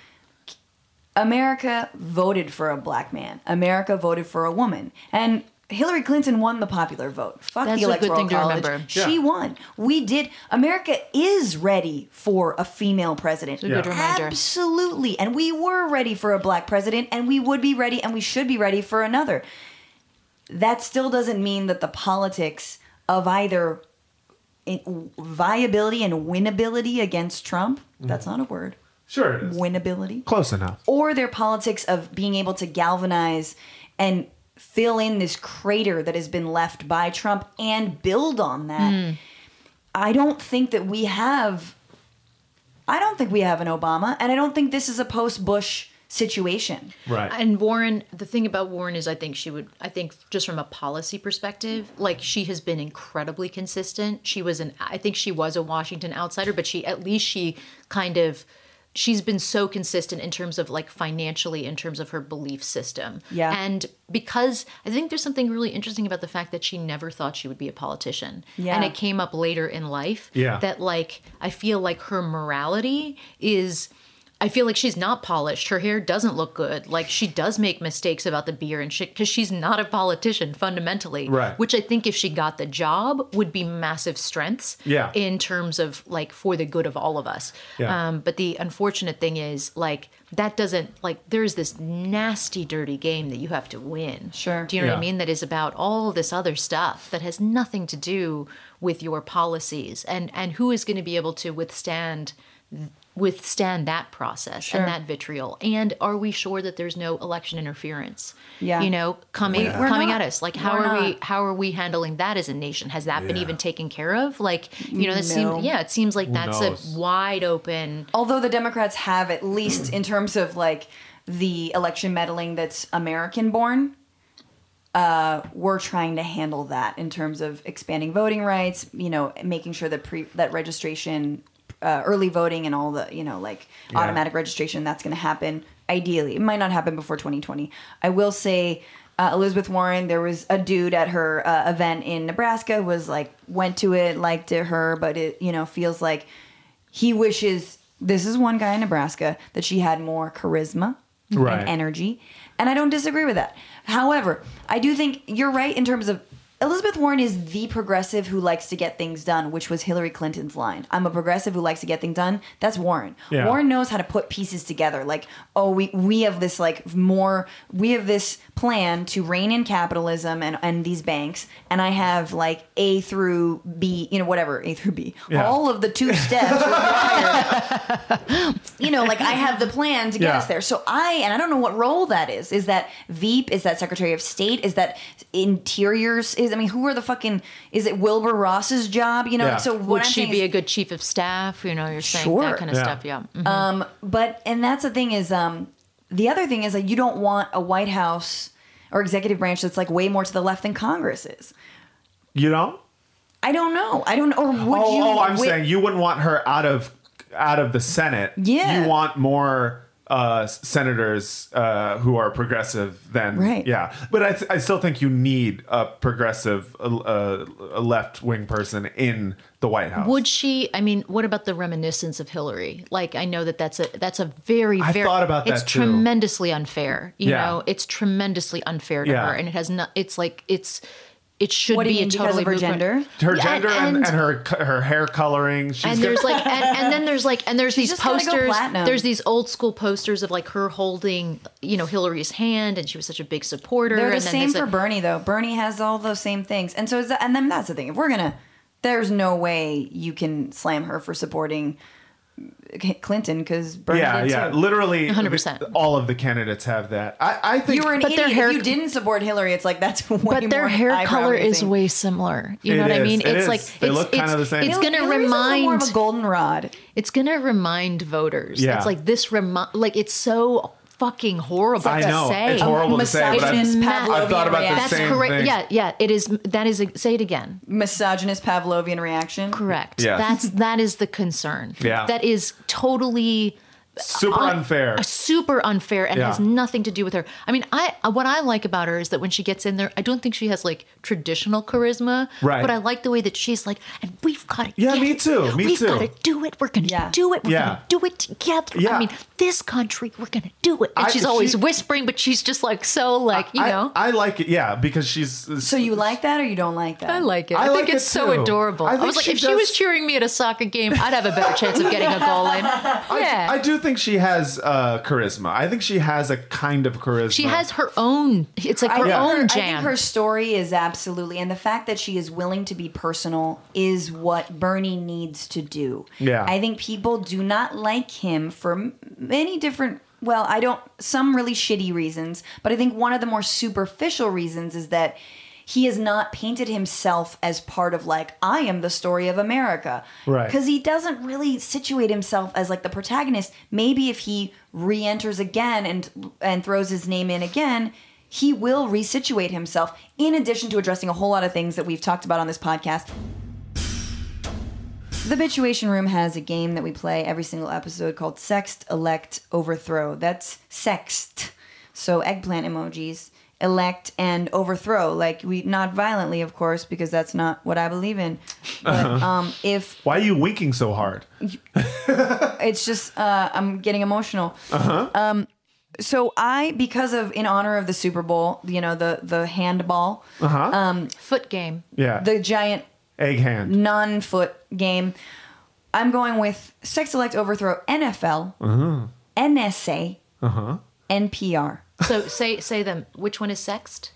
Speaker 1: America voted for a black man. America voted for a woman, and Hillary Clinton won the popular vote. Fuck
Speaker 4: That's
Speaker 1: the
Speaker 4: a good
Speaker 1: electoral
Speaker 4: thing to
Speaker 1: college.
Speaker 4: remember.
Speaker 1: She won. We did. America is ready for a female president.
Speaker 4: a good Yeah. reminder.
Speaker 1: Absolutely. And we were ready for a black president, and we would be ready, and we should be ready for another. That still doesn't mean that the politics of either in- viability and winnability against Trump, that's not a word,
Speaker 3: Sure, it is.
Speaker 1: winnability
Speaker 3: Close enough.
Speaker 1: or their politics of being able to galvanize and fill in this crater that has been left by Trump and build on that. I don't think that we have I don't think we have an Obama and I don't think this is a post-Bush situation.
Speaker 3: Right.
Speaker 4: And Warren, the thing about Warren is, I think she would, I think just from a policy perspective, like she has been incredibly consistent. She was an, I think she was a Washington outsider, but she, at least she kind of, she's been so consistent in terms of like financially, in terms of her belief system.
Speaker 1: Yeah.
Speaker 4: And because I think there's something really interesting about the fact that she never thought she would be a politician.
Speaker 1: Yeah.
Speaker 4: And it came up later in life
Speaker 3: Yeah.
Speaker 4: that like I feel like her morality is I feel like she's not polished. Her hair doesn't look good. Like she does make mistakes about the beer and shit because she's not a politician fundamentally.
Speaker 3: Right.
Speaker 4: Which I think if she got the job would be massive strengths.
Speaker 3: Yeah.
Speaker 4: In terms of like for the good of all of us.
Speaker 3: Yeah.
Speaker 4: Um, but the unfortunate thing is like that doesn't like there's this nasty dirty game that you have to win.
Speaker 1: Sure.
Speaker 4: Do you know what I
Speaker 3: Yeah.
Speaker 4: mean? That is about all this other stuff that has nothing to do with your policies and and who is going to be able to withstand withstand that process
Speaker 1: Sure.
Speaker 4: and that vitriol and are we sure that there's no election interference
Speaker 1: Yeah.
Speaker 4: you know coming
Speaker 1: We're
Speaker 4: coming
Speaker 1: not.
Speaker 4: at us like how
Speaker 1: We're
Speaker 4: are we
Speaker 1: not.
Speaker 4: how are we handling that as a nation has that been
Speaker 2: Yeah.
Speaker 4: even taken care of like you know that
Speaker 1: No.
Speaker 4: seems yeah it seems like that's
Speaker 3: knows?
Speaker 4: a wide open
Speaker 1: Although the Democrats have at least in terms of like the election meddling that's American born we're trying to handle that in terms of expanding voting rights, you know, making sure that pre that registration, uh, early voting, and all the you know like automatic registration that's going to happen. Ideally, it might not happen before 2020. I will say. Uh, Elizabeth Warren, there was a dude at her uh, event in Nebraska who was like went to it, liked it her, but it you know feels like he wishes. This is one guy in Nebraska that she had more charisma
Speaker 3: Right.
Speaker 1: and energy. And I don't disagree with that. However, I do think you're right in terms of Elizabeth Warren is the progressive who likes to get things done, which was Hillary Clinton's line. I'm a progressive who likes to get things done. That's Warren.
Speaker 3: Yeah.
Speaker 1: Warren knows how to put pieces together. Like, oh, we we have this like more we have this plan to rein in capitalism and and these banks, and I have like A through B, you know, whatever, A through B.
Speaker 3: Yeah.
Speaker 1: All of the two
Speaker 3: *laughs*
Speaker 1: steps required you know, like I have the plan to get
Speaker 3: Yeah.
Speaker 1: us there. So I and I don't know what role that is. Is that Veep? Is that Secretary of State? Is that Interiors? Is I mean, who are the fucking? Is it Wilbur Ross's job? You know,
Speaker 3: Yeah.
Speaker 1: so what
Speaker 4: would
Speaker 1: I'm
Speaker 4: she
Speaker 1: saying
Speaker 4: be
Speaker 1: is-
Speaker 4: a good chief of staff you know you're saying
Speaker 1: Sure.
Speaker 4: that kind of
Speaker 3: Yeah.
Speaker 4: stuff yeah Mhm.
Speaker 1: um, but and that's the thing is, um, the other thing is that you don't want a White House or executive branch that's like way more to the left than Congress is.
Speaker 3: you know?
Speaker 1: I don't know. I don't. Or would
Speaker 3: oh,
Speaker 1: you?
Speaker 3: oh, I'm
Speaker 1: wi-
Speaker 3: saying you wouldn't want her out of out of the Senate.
Speaker 1: Yeah.
Speaker 3: You want more uh, s- senators uh, who are progressive than
Speaker 1: Right.
Speaker 3: Yeah, but I, th- I still think you need a progressive, uh, uh, a left wing person in the White House.
Speaker 4: Would she? I mean, what about the reminiscence of Hillary? Like, I know that that's a that's a very
Speaker 3: I
Speaker 4: very
Speaker 3: thought about that
Speaker 4: it's
Speaker 3: too.
Speaker 4: tremendously unfair. You
Speaker 3: Yeah.
Speaker 4: know, it's tremendously unfair to
Speaker 3: Yeah.
Speaker 4: her, and it has not. It's like it's it should
Speaker 1: What do
Speaker 4: be
Speaker 1: you mean
Speaker 4: a
Speaker 1: because
Speaker 4: totally
Speaker 1: of her
Speaker 4: moot point.
Speaker 1: gender?
Speaker 3: her
Speaker 4: Yeah,
Speaker 3: gender and, and, her co- her hair coloring. She's
Speaker 4: and
Speaker 3: got-
Speaker 4: there's like and, and then there's like and there's these
Speaker 1: just gotta go
Speaker 4: posters
Speaker 1: platinum.
Speaker 4: there's these old school posters of like her holding you know hillary's hand and she was such a big supporter
Speaker 1: They're
Speaker 4: and
Speaker 1: the
Speaker 4: then
Speaker 1: same
Speaker 4: there's
Speaker 1: for
Speaker 4: a-
Speaker 1: Bernie though. Bernie has all those same things, and so is that, and then that's the thing. If we're gonna, there's no way you can slam her for supporting C- Clinton because Bernie
Speaker 3: yeah,
Speaker 1: did
Speaker 3: yeah,
Speaker 1: too.
Speaker 3: literally,
Speaker 4: 100%.
Speaker 3: all of the candidates have that. I, I think
Speaker 1: You were an
Speaker 4: But their
Speaker 1: idiot.
Speaker 4: hair-
Speaker 1: if you didn't support Hillary, it's like that's *laughs* way
Speaker 4: but their
Speaker 1: more
Speaker 4: hair color is
Speaker 1: eyebrow-raising.
Speaker 4: way similar. You
Speaker 3: It
Speaker 4: know what I
Speaker 3: is,
Speaker 4: mean?
Speaker 3: it
Speaker 4: it's
Speaker 3: is.
Speaker 4: like
Speaker 3: They
Speaker 4: it's,
Speaker 3: look
Speaker 4: it's,
Speaker 3: kinda the same.
Speaker 4: It's
Speaker 1: Hil-
Speaker 4: gonna
Speaker 1: Hillary's a little
Speaker 4: remind
Speaker 1: more of a goldenrod.
Speaker 4: it's gonna remind voters.
Speaker 3: Yeah.
Speaker 4: It's like this remind like it's so fucking horrible
Speaker 3: I
Speaker 4: to
Speaker 3: know
Speaker 4: say.
Speaker 3: it's horrible to say, but I've,
Speaker 1: misogynist
Speaker 3: I've thought about
Speaker 1: Pavlovian
Speaker 3: the
Speaker 4: That's
Speaker 1: reaction.
Speaker 3: same
Speaker 4: correct.
Speaker 3: thing.
Speaker 4: Yeah, yeah. It is that is a, say it again.
Speaker 1: Misogynist Pavlovian reaction.
Speaker 4: Correct.
Speaker 3: Yeah.
Speaker 4: That's that is the concern.
Speaker 3: Yeah.
Speaker 4: That is totally
Speaker 3: Super
Speaker 4: un-
Speaker 3: unfair.
Speaker 4: uh, super unfair and
Speaker 3: Yeah.
Speaker 4: has nothing to do with her. I mean, I uh, what I like about her is that when she gets in there, I don't think she has like traditional charisma,
Speaker 3: Right.
Speaker 4: But I like the way that she's like, and we've got to,
Speaker 3: Yeah, me too, me
Speaker 4: we've
Speaker 3: too."
Speaker 4: got to do it. We're gonna
Speaker 1: Yeah.
Speaker 4: do it. We're
Speaker 3: Yeah.
Speaker 4: gonna do it together.
Speaker 3: Yeah.
Speaker 4: I mean, this country, we're gonna do it. And
Speaker 3: I-
Speaker 4: she's always
Speaker 3: she-
Speaker 4: whispering, but she's just like so like you
Speaker 3: I,
Speaker 4: know. I,
Speaker 3: I like it, yeah, because she's
Speaker 1: So you like that or you don't like that?
Speaker 4: like it.
Speaker 3: I
Speaker 4: I, think
Speaker 3: like it
Speaker 4: it's so
Speaker 3: too.
Speaker 4: adorable.
Speaker 3: I
Speaker 4: I,
Speaker 3: think
Speaker 4: was like,
Speaker 3: she
Speaker 4: if she
Speaker 3: does-
Speaker 4: was cheering me at a soccer game, I'd have a better chance
Speaker 3: *laughs*
Speaker 4: of getting a goal in. Yeah.
Speaker 3: I do think she has uh, charisma. I think she has a kind of charisma.
Speaker 4: she has her own. It's like her
Speaker 3: Yeah.
Speaker 1: her,
Speaker 4: own
Speaker 1: I think
Speaker 4: jam.
Speaker 1: her story is absolutely, and the fact that she is willing to be personal is what Bernie needs to do.
Speaker 3: Yeah.
Speaker 1: I think people do not like him for m- many different. Well, I don't. Some really shitty reasons, but I think one of the more superficial reasons is that he has not painted himself as part of like I am the story of America,
Speaker 3: Right.
Speaker 1: Because he doesn't really situate himself as like the protagonist. Maybe if he re-enters again and and throws his name in again, he will resituate himself. In addition to addressing a whole lot of things that we've talked about on this podcast. The Bituation Room has a game that we play every single episode called Sext, Elect, Overthrow. That's sext. So eggplant emojis, elect, and overthrow. Like, we, not violently, of course, because that's not what I believe in. But um, if
Speaker 3: Why are you winking so hard?
Speaker 1: it's just uh, I'm getting emotional. Uh-huh. Um, so I, because of in honor of the Super Bowl, you know the the handball,
Speaker 4: Foot game.
Speaker 3: Yeah.
Speaker 1: the giant
Speaker 3: Egg hand.
Speaker 1: non foot game, I'm going with sex elect overthrow NFL, NSA, NPR.
Speaker 4: So say say them. Which one is sext?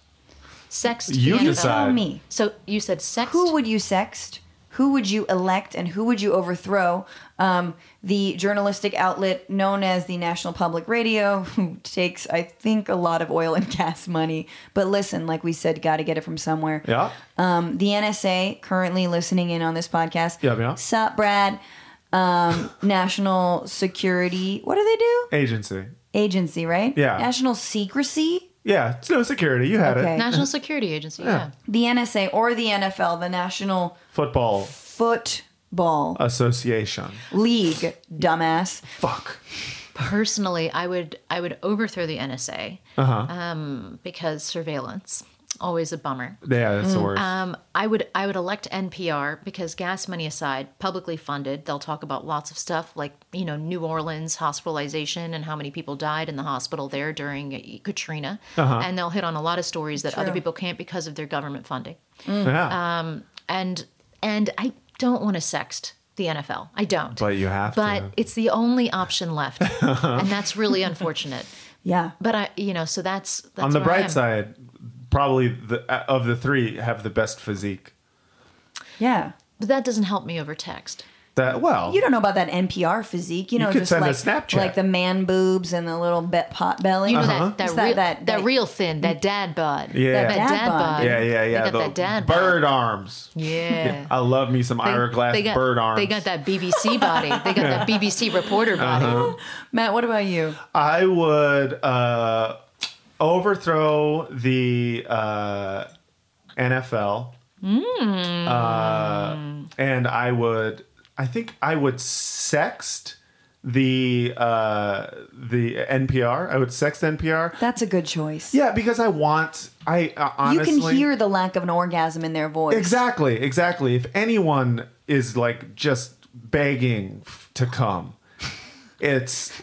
Speaker 4: Sext.
Speaker 3: You
Speaker 4: and-
Speaker 3: decide.
Speaker 1: Tell
Speaker 3: Side.
Speaker 1: me,
Speaker 4: So you said sext.
Speaker 1: who would you sext? Who would you elect and who would you overthrow? Um, the journalistic outlet known as the National Public Radio, who takes, I think, a lot of oil and *laughs* gas money. But listen, like we said, got to get it from somewhere.
Speaker 3: Yeah.
Speaker 1: Um, the NSA, currently listening in on this podcast.
Speaker 3: Yeah, yeah.
Speaker 1: Sup, Brad? Um, *laughs* National Security, what do they do?
Speaker 3: Agency.
Speaker 1: Agency, right?
Speaker 3: Yeah.
Speaker 1: National Secrecy?
Speaker 3: Yeah. It's no security. You had
Speaker 1: Okay.
Speaker 3: it.
Speaker 4: National Security Agency. Yeah.
Speaker 1: The NSA or the NFL, the National
Speaker 3: Football
Speaker 1: Football
Speaker 3: Uh, Association.
Speaker 1: League, dumbass.
Speaker 3: Fuck.
Speaker 4: Personally, I would I would overthrow the NSA um, because surveillance always a bummer.
Speaker 3: Yeah, that's the worst.
Speaker 4: Um, I would I would elect NPR because gas money aside, publicly funded, they'll talk about lots of stuff like you know New Orleans hospitalization and how many people died in the hospital there during Katrina, and they'll hit on a lot of stories that other people can't because of their government funding. uh,
Speaker 3: yeah.
Speaker 4: Um, and and I don't want to sext the NFL. I don't.
Speaker 3: But you have
Speaker 4: But
Speaker 3: to.
Speaker 4: it's the only option
Speaker 3: *laughs*
Speaker 4: left, and that's really unfortunate.
Speaker 1: Yeah.
Speaker 4: But I, you know, so that's, that's
Speaker 3: On the
Speaker 4: where I
Speaker 3: bright
Speaker 4: am.
Speaker 3: side, probably the, uh, of the three have the best physique.
Speaker 1: Yeah.
Speaker 4: But that doesn't help me over text.
Speaker 3: That well,
Speaker 1: You don't know about that NPR physique, you know,
Speaker 3: could
Speaker 1: just
Speaker 3: send a
Speaker 1: like
Speaker 3: Snapchat.
Speaker 1: like the man boobs and the little bet pot belly.
Speaker 4: You know that
Speaker 1: It's
Speaker 4: that, real, that real thin, that dad bod,
Speaker 3: Uh-huh. Yeah.
Speaker 4: that,
Speaker 3: That
Speaker 4: dad,
Speaker 1: dad bod.
Speaker 4: bod.
Speaker 3: yeah, yeah, yeah.
Speaker 4: They got
Speaker 3: the
Speaker 4: that dad bod.
Speaker 3: bird arms. *laughs*
Speaker 4: Yeah.
Speaker 3: I love me some Ira Glass
Speaker 4: got,
Speaker 3: bird arms.
Speaker 4: They got that BBC body. They
Speaker 3: *laughs*
Speaker 4: got that BBC reporter body.
Speaker 3: Uh-huh.
Speaker 1: Matt, what about you?
Speaker 3: I would uh, overthrow the uh, NFL.
Speaker 1: Hmm.
Speaker 3: Uh, and I would, I think I would sext the uh, the NPR. I would sext NPR.
Speaker 1: That's a good choice.
Speaker 3: Yeah, because I want. I uh,
Speaker 1: you
Speaker 3: honestly
Speaker 1: can hear the lack of an orgasm in their voice.
Speaker 3: Exactly, exactly. If anyone is like just begging f- to come, it's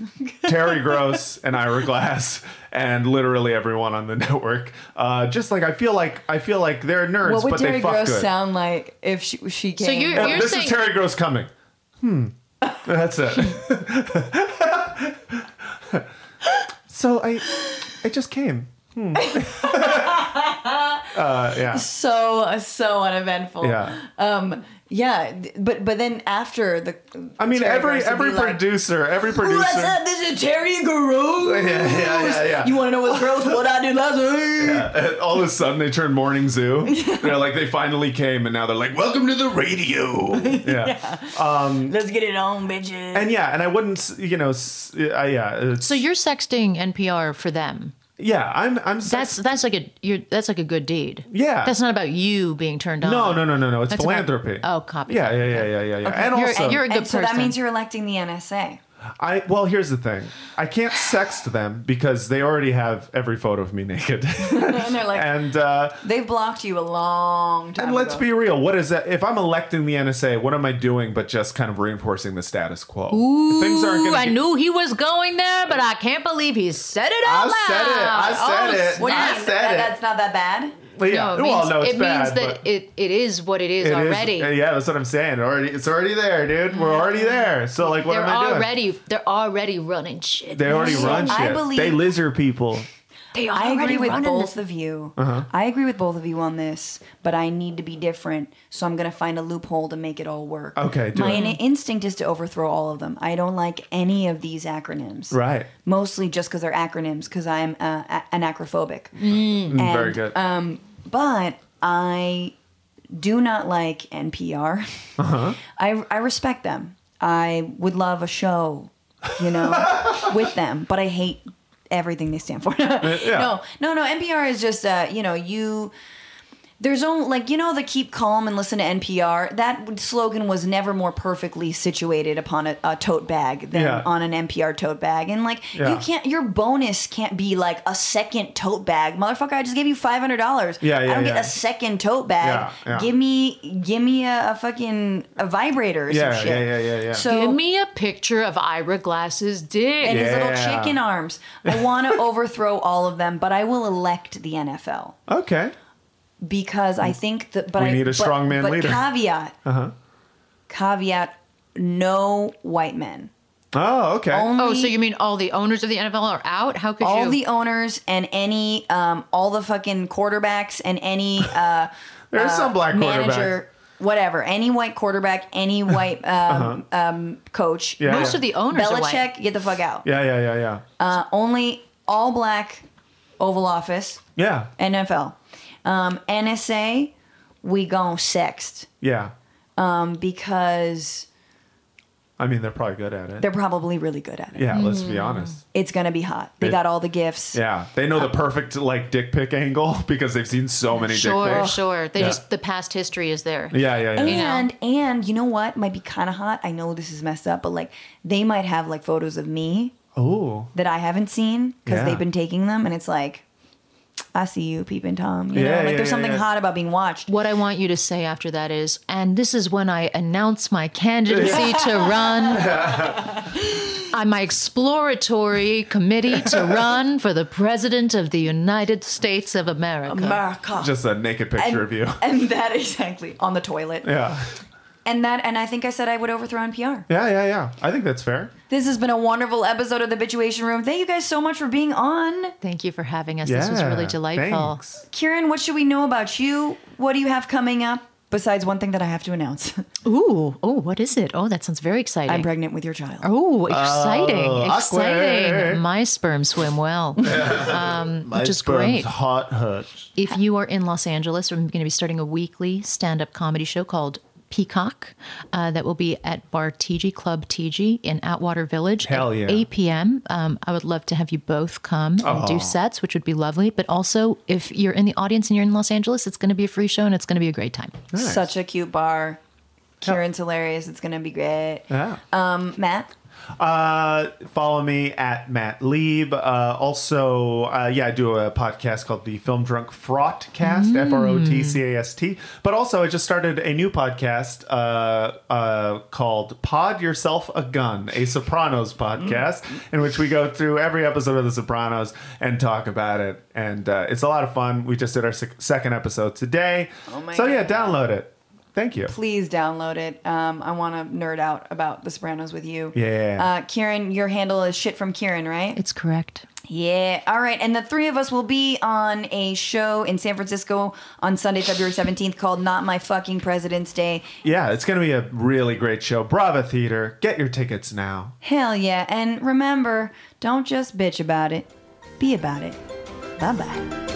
Speaker 3: Terry Gross and Ira Glass and literally everyone on the network. Uh, just like I feel like I feel like they're nerds,
Speaker 1: What would
Speaker 3: but
Speaker 1: Terry
Speaker 3: they fuck
Speaker 1: Gross
Speaker 3: good.
Speaker 1: sound like if she she came?
Speaker 4: you're-
Speaker 3: Uh,
Speaker 4: you're-
Speaker 3: this
Speaker 4: saying-
Speaker 3: is Terry Gross coming. Hmm. That's it. *laughs* so I, I just came. Hmm. *laughs* uh,
Speaker 1: *laughs*
Speaker 3: yeah.
Speaker 1: so so uneventful.
Speaker 3: Yeah.
Speaker 1: Um. Yeah. th- But but then after the,
Speaker 3: I mean,
Speaker 1: Terry
Speaker 3: every
Speaker 1: Gross would be
Speaker 3: every
Speaker 1: like,
Speaker 3: producer, every
Speaker 6: Ooh,
Speaker 3: producer.
Speaker 6: What's up? This is Terry Guru.
Speaker 3: yeah, yeah, yeah, yeah. Uh,
Speaker 6: You want to know what's gross? What I did last week?
Speaker 3: All of a sudden, they turn morning zoo. They're like, they finally came, and now they're like, welcome to the radio. Yeah,
Speaker 6: Let's get it on, bitches.
Speaker 3: and yeah, and I wouldn't, s- you know, s- uh, yeah, it's-
Speaker 4: So you're sexting NPR for them.
Speaker 3: yeah. I'm, I'm. s-
Speaker 4: That's that's like a you're that's like a good deed.
Speaker 3: Yeah.
Speaker 4: That's not about you being turned on.
Speaker 3: no, no, no, no, no. It's
Speaker 4: That's about-
Speaker 3: philanthropy.
Speaker 4: oh, copy.
Speaker 3: Yeah, yeah, yeah, yeah, yeah, yeah. And
Speaker 4: you're,
Speaker 3: also,
Speaker 4: you're a good
Speaker 1: and so
Speaker 4: person.
Speaker 1: that means you're electing the NSA.
Speaker 3: I well, here's the thing. I can't sext them because they already have every photo of me
Speaker 4: *laughs*
Speaker 3: naked.
Speaker 1: And they're like,
Speaker 3: and uh,
Speaker 1: they've blocked you a long time.
Speaker 3: and let's
Speaker 1: ago.
Speaker 3: be real. What is that? If I'm electing the NSA, what am I doing but just kind of reinforcing the status quo? Things aren't
Speaker 4: Ooh,
Speaker 3: gonna
Speaker 4: I
Speaker 3: get-
Speaker 4: knew he was going there, but I can't believe he said it
Speaker 3: I
Speaker 4: out
Speaker 3: said it.
Speaker 4: loud. Oh,
Speaker 3: I said it.
Speaker 1: What do you
Speaker 3: I
Speaker 1: mean?
Speaker 3: said
Speaker 1: That-
Speaker 3: it.
Speaker 1: That's not that bad.
Speaker 3: But yeah,
Speaker 4: No, it means,
Speaker 3: well, no, it's
Speaker 4: it
Speaker 3: bad,
Speaker 4: means that
Speaker 3: but
Speaker 4: it, it is what it is
Speaker 3: it is-
Speaker 4: already.
Speaker 3: yeah, that's what I'm saying. Already, it's already there, dude. We're already there. So like, what
Speaker 4: they're
Speaker 3: am I doing?
Speaker 4: already they're already running shit.
Speaker 3: They already run shit.
Speaker 1: I believe-
Speaker 3: they lizard people.
Speaker 4: They
Speaker 1: I
Speaker 4: already
Speaker 1: agree with
Speaker 4: running
Speaker 1: both
Speaker 4: this-
Speaker 1: of you.
Speaker 3: Uh-huh.
Speaker 1: I agree with both of you on this, but I need to be different, so I'm gonna find a loophole to make it all work.
Speaker 3: Okay, do
Speaker 1: My
Speaker 3: it.
Speaker 1: in- instinct is to overthrow all of them. I don't like any of these acronyms.
Speaker 3: Right.
Speaker 1: Mostly just because they're acronyms, because I'm uh, a- anacrophobic. And,
Speaker 3: Mm, Very good.
Speaker 4: uh,
Speaker 1: But I do not like NPR.
Speaker 3: Uh-huh.
Speaker 1: *laughs* I, I respect them. I would love a show, you
Speaker 3: *laughs*
Speaker 1: know, with them, but I hate everything they stand for. *laughs*
Speaker 3: Uh,
Speaker 1: No, no, no. NPR is just, uh, you know, you. There's only like you know the keep calm and listen to NPR. That slogan was never more perfectly situated upon a, a tote bag than
Speaker 3: Yeah.
Speaker 1: on an NPR tote bag. And like
Speaker 3: Yeah.
Speaker 1: you can't, your bonus can't be like a second tote bag, motherfucker. I just gave you five hundred dollars.
Speaker 3: Yeah, yeah,
Speaker 1: I don't get
Speaker 3: yeah.
Speaker 1: a second tote bag.
Speaker 3: Yeah, yeah.
Speaker 1: Give me, give me a, a fucking a vibrator or
Speaker 3: Yeah,
Speaker 1: some shit.
Speaker 3: yeah, yeah, yeah, yeah.
Speaker 1: So
Speaker 4: Give me a picture of Ira Glass's dick.
Speaker 1: and his little
Speaker 3: Yeah.
Speaker 1: chicken arms. I want
Speaker 3: *laughs*
Speaker 1: to overthrow all of them, but I will elect the NFL
Speaker 3: okay.
Speaker 1: because I think that. But
Speaker 3: Mm. We
Speaker 1: I,
Speaker 3: need a
Speaker 1: but-
Speaker 3: strongman
Speaker 1: but
Speaker 3: leader. Uh-huh.
Speaker 1: Caveat. Caveat: No white men.
Speaker 3: Oh, okay.
Speaker 1: Only
Speaker 4: oh, so you mean all the owners of the NFL are out? How could
Speaker 1: all
Speaker 4: you?
Speaker 1: the owners and any um, all the fucking quarterbacks and
Speaker 3: *laughs*
Speaker 1: any uh,
Speaker 3: There's some black quarterback.
Speaker 1: manager. Whatever, any white quarterback,
Speaker 3: *laughs*
Speaker 1: any white um, um, coach,
Speaker 3: Uh-huh. Yeah,
Speaker 4: Most
Speaker 3: yeah.
Speaker 4: of the owners are white.
Speaker 1: Belichick, get the fuck out.
Speaker 3: Yeah, yeah, yeah, yeah.
Speaker 1: Uh, only all black Oval Office.
Speaker 3: yeah,
Speaker 1: NFL. Um, NSA, we gone sexed
Speaker 3: yeah.
Speaker 1: um, because
Speaker 3: I mean, they're probably good at it.
Speaker 1: they're probably really good at it.
Speaker 3: yeah, let's
Speaker 4: Mm.
Speaker 3: be honest.
Speaker 1: It's gonna be hot. They
Speaker 3: Yeah.
Speaker 1: got all the gifts.
Speaker 3: Yeah, they know the perfect like dick pic angle *laughs* because they've seen so many dick
Speaker 4: Sure,
Speaker 3: pics.
Speaker 4: sure. They
Speaker 3: Yeah.
Speaker 4: just the past history is there.
Speaker 3: Yeah, yeah, yeah.
Speaker 1: And and you know what might be kind of hot. I know this is messed up, but like they might have like photos of me
Speaker 3: Oh,
Speaker 1: that I haven't seen because
Speaker 3: Yeah.
Speaker 1: they've been taking them, and it's like, I see you, peeping Tom. You
Speaker 3: Yeah,
Speaker 1: know, like
Speaker 3: yeah,
Speaker 1: there's
Speaker 3: yeah,
Speaker 1: something
Speaker 3: yeah.
Speaker 1: hot about being watched.
Speaker 4: What I want you to say after that is, and this is when I announce my candidacy *laughs* to run. I'm my exploratory committee *laughs* to run for the president of the United States of America.
Speaker 1: America.
Speaker 3: just a naked
Speaker 1: and,
Speaker 3: picture of you. *laughs*
Speaker 1: *laughs* and that exactly on the toilet.
Speaker 3: Yeah,
Speaker 1: And that, and I think I said I would overthrow NPR.
Speaker 3: yeah, yeah, yeah. I think that's fair.
Speaker 1: This has been a wonderful episode of the Bituation Room. Thank you guys so much for being on.
Speaker 4: Thank you for having us.
Speaker 3: Yeah,
Speaker 4: this was really delightful.
Speaker 3: Thanks.
Speaker 1: Kieran, what should we know about you? What do you have coming up? Besides one thing that I have to announce, *laughs*
Speaker 4: Ooh, oh, what is it? Oh, that sounds very exciting.
Speaker 1: I'm pregnant with your child.
Speaker 4: Oh, exciting!
Speaker 3: awkward.
Speaker 4: exciting! My sperm swim *laughs* well, um, which is great.
Speaker 3: Hot hutch.
Speaker 4: If you are in Los Angeles, I'm going to be starting a weekly stand up comedy show called Peacock uh, that will be at Bar TG Club TG in Atwater Village
Speaker 3: Hell
Speaker 4: at
Speaker 3: yeah.
Speaker 4: 8 p.m. Um, I would love to have you both come and do sets, which would be lovely. But also, if you're in the audience and you're in Los Angeles, it's going to be a free show and it's going to be a great time.
Speaker 1: Such a cute bar. Kieran's hilarious. It's gonna be great.
Speaker 3: Oh. Yeah.
Speaker 1: Um, Matt,
Speaker 3: Uh, follow me at Matt Lieb. Uh, also, uh, yeah, I do a podcast called the Film Drunk Fraughtcast,
Speaker 1: Mm.
Speaker 3: F R O T C A S T. But also, I just started a new podcast uh, uh, called Pod Yourself a Gun, a Sopranos
Speaker 1: Mm.
Speaker 3: podcast, in which we go through every episode of The Sopranos and talk about it. And uh, it's a lot of fun. We just did our sec- second episode today. Oh
Speaker 1: my
Speaker 3: so, yeah,
Speaker 1: God.
Speaker 3: download it. Thank you.
Speaker 1: please download it. Um, I want to nerd out about The Sopranos with you.
Speaker 3: Yeah.
Speaker 1: Uh, Kieran, your handle is shit from Kieran, right?
Speaker 4: It's correct.
Speaker 1: Yeah. All right. And the three of us will be on a show in San Francisco on Sunday, February 17th called Not My Fucking President's Day.
Speaker 3: Yeah, it's going to be a really great show. Brava Theater. Get your tickets now.
Speaker 1: Hell yeah. And remember, don't just bitch about it, be about it. Bye bye.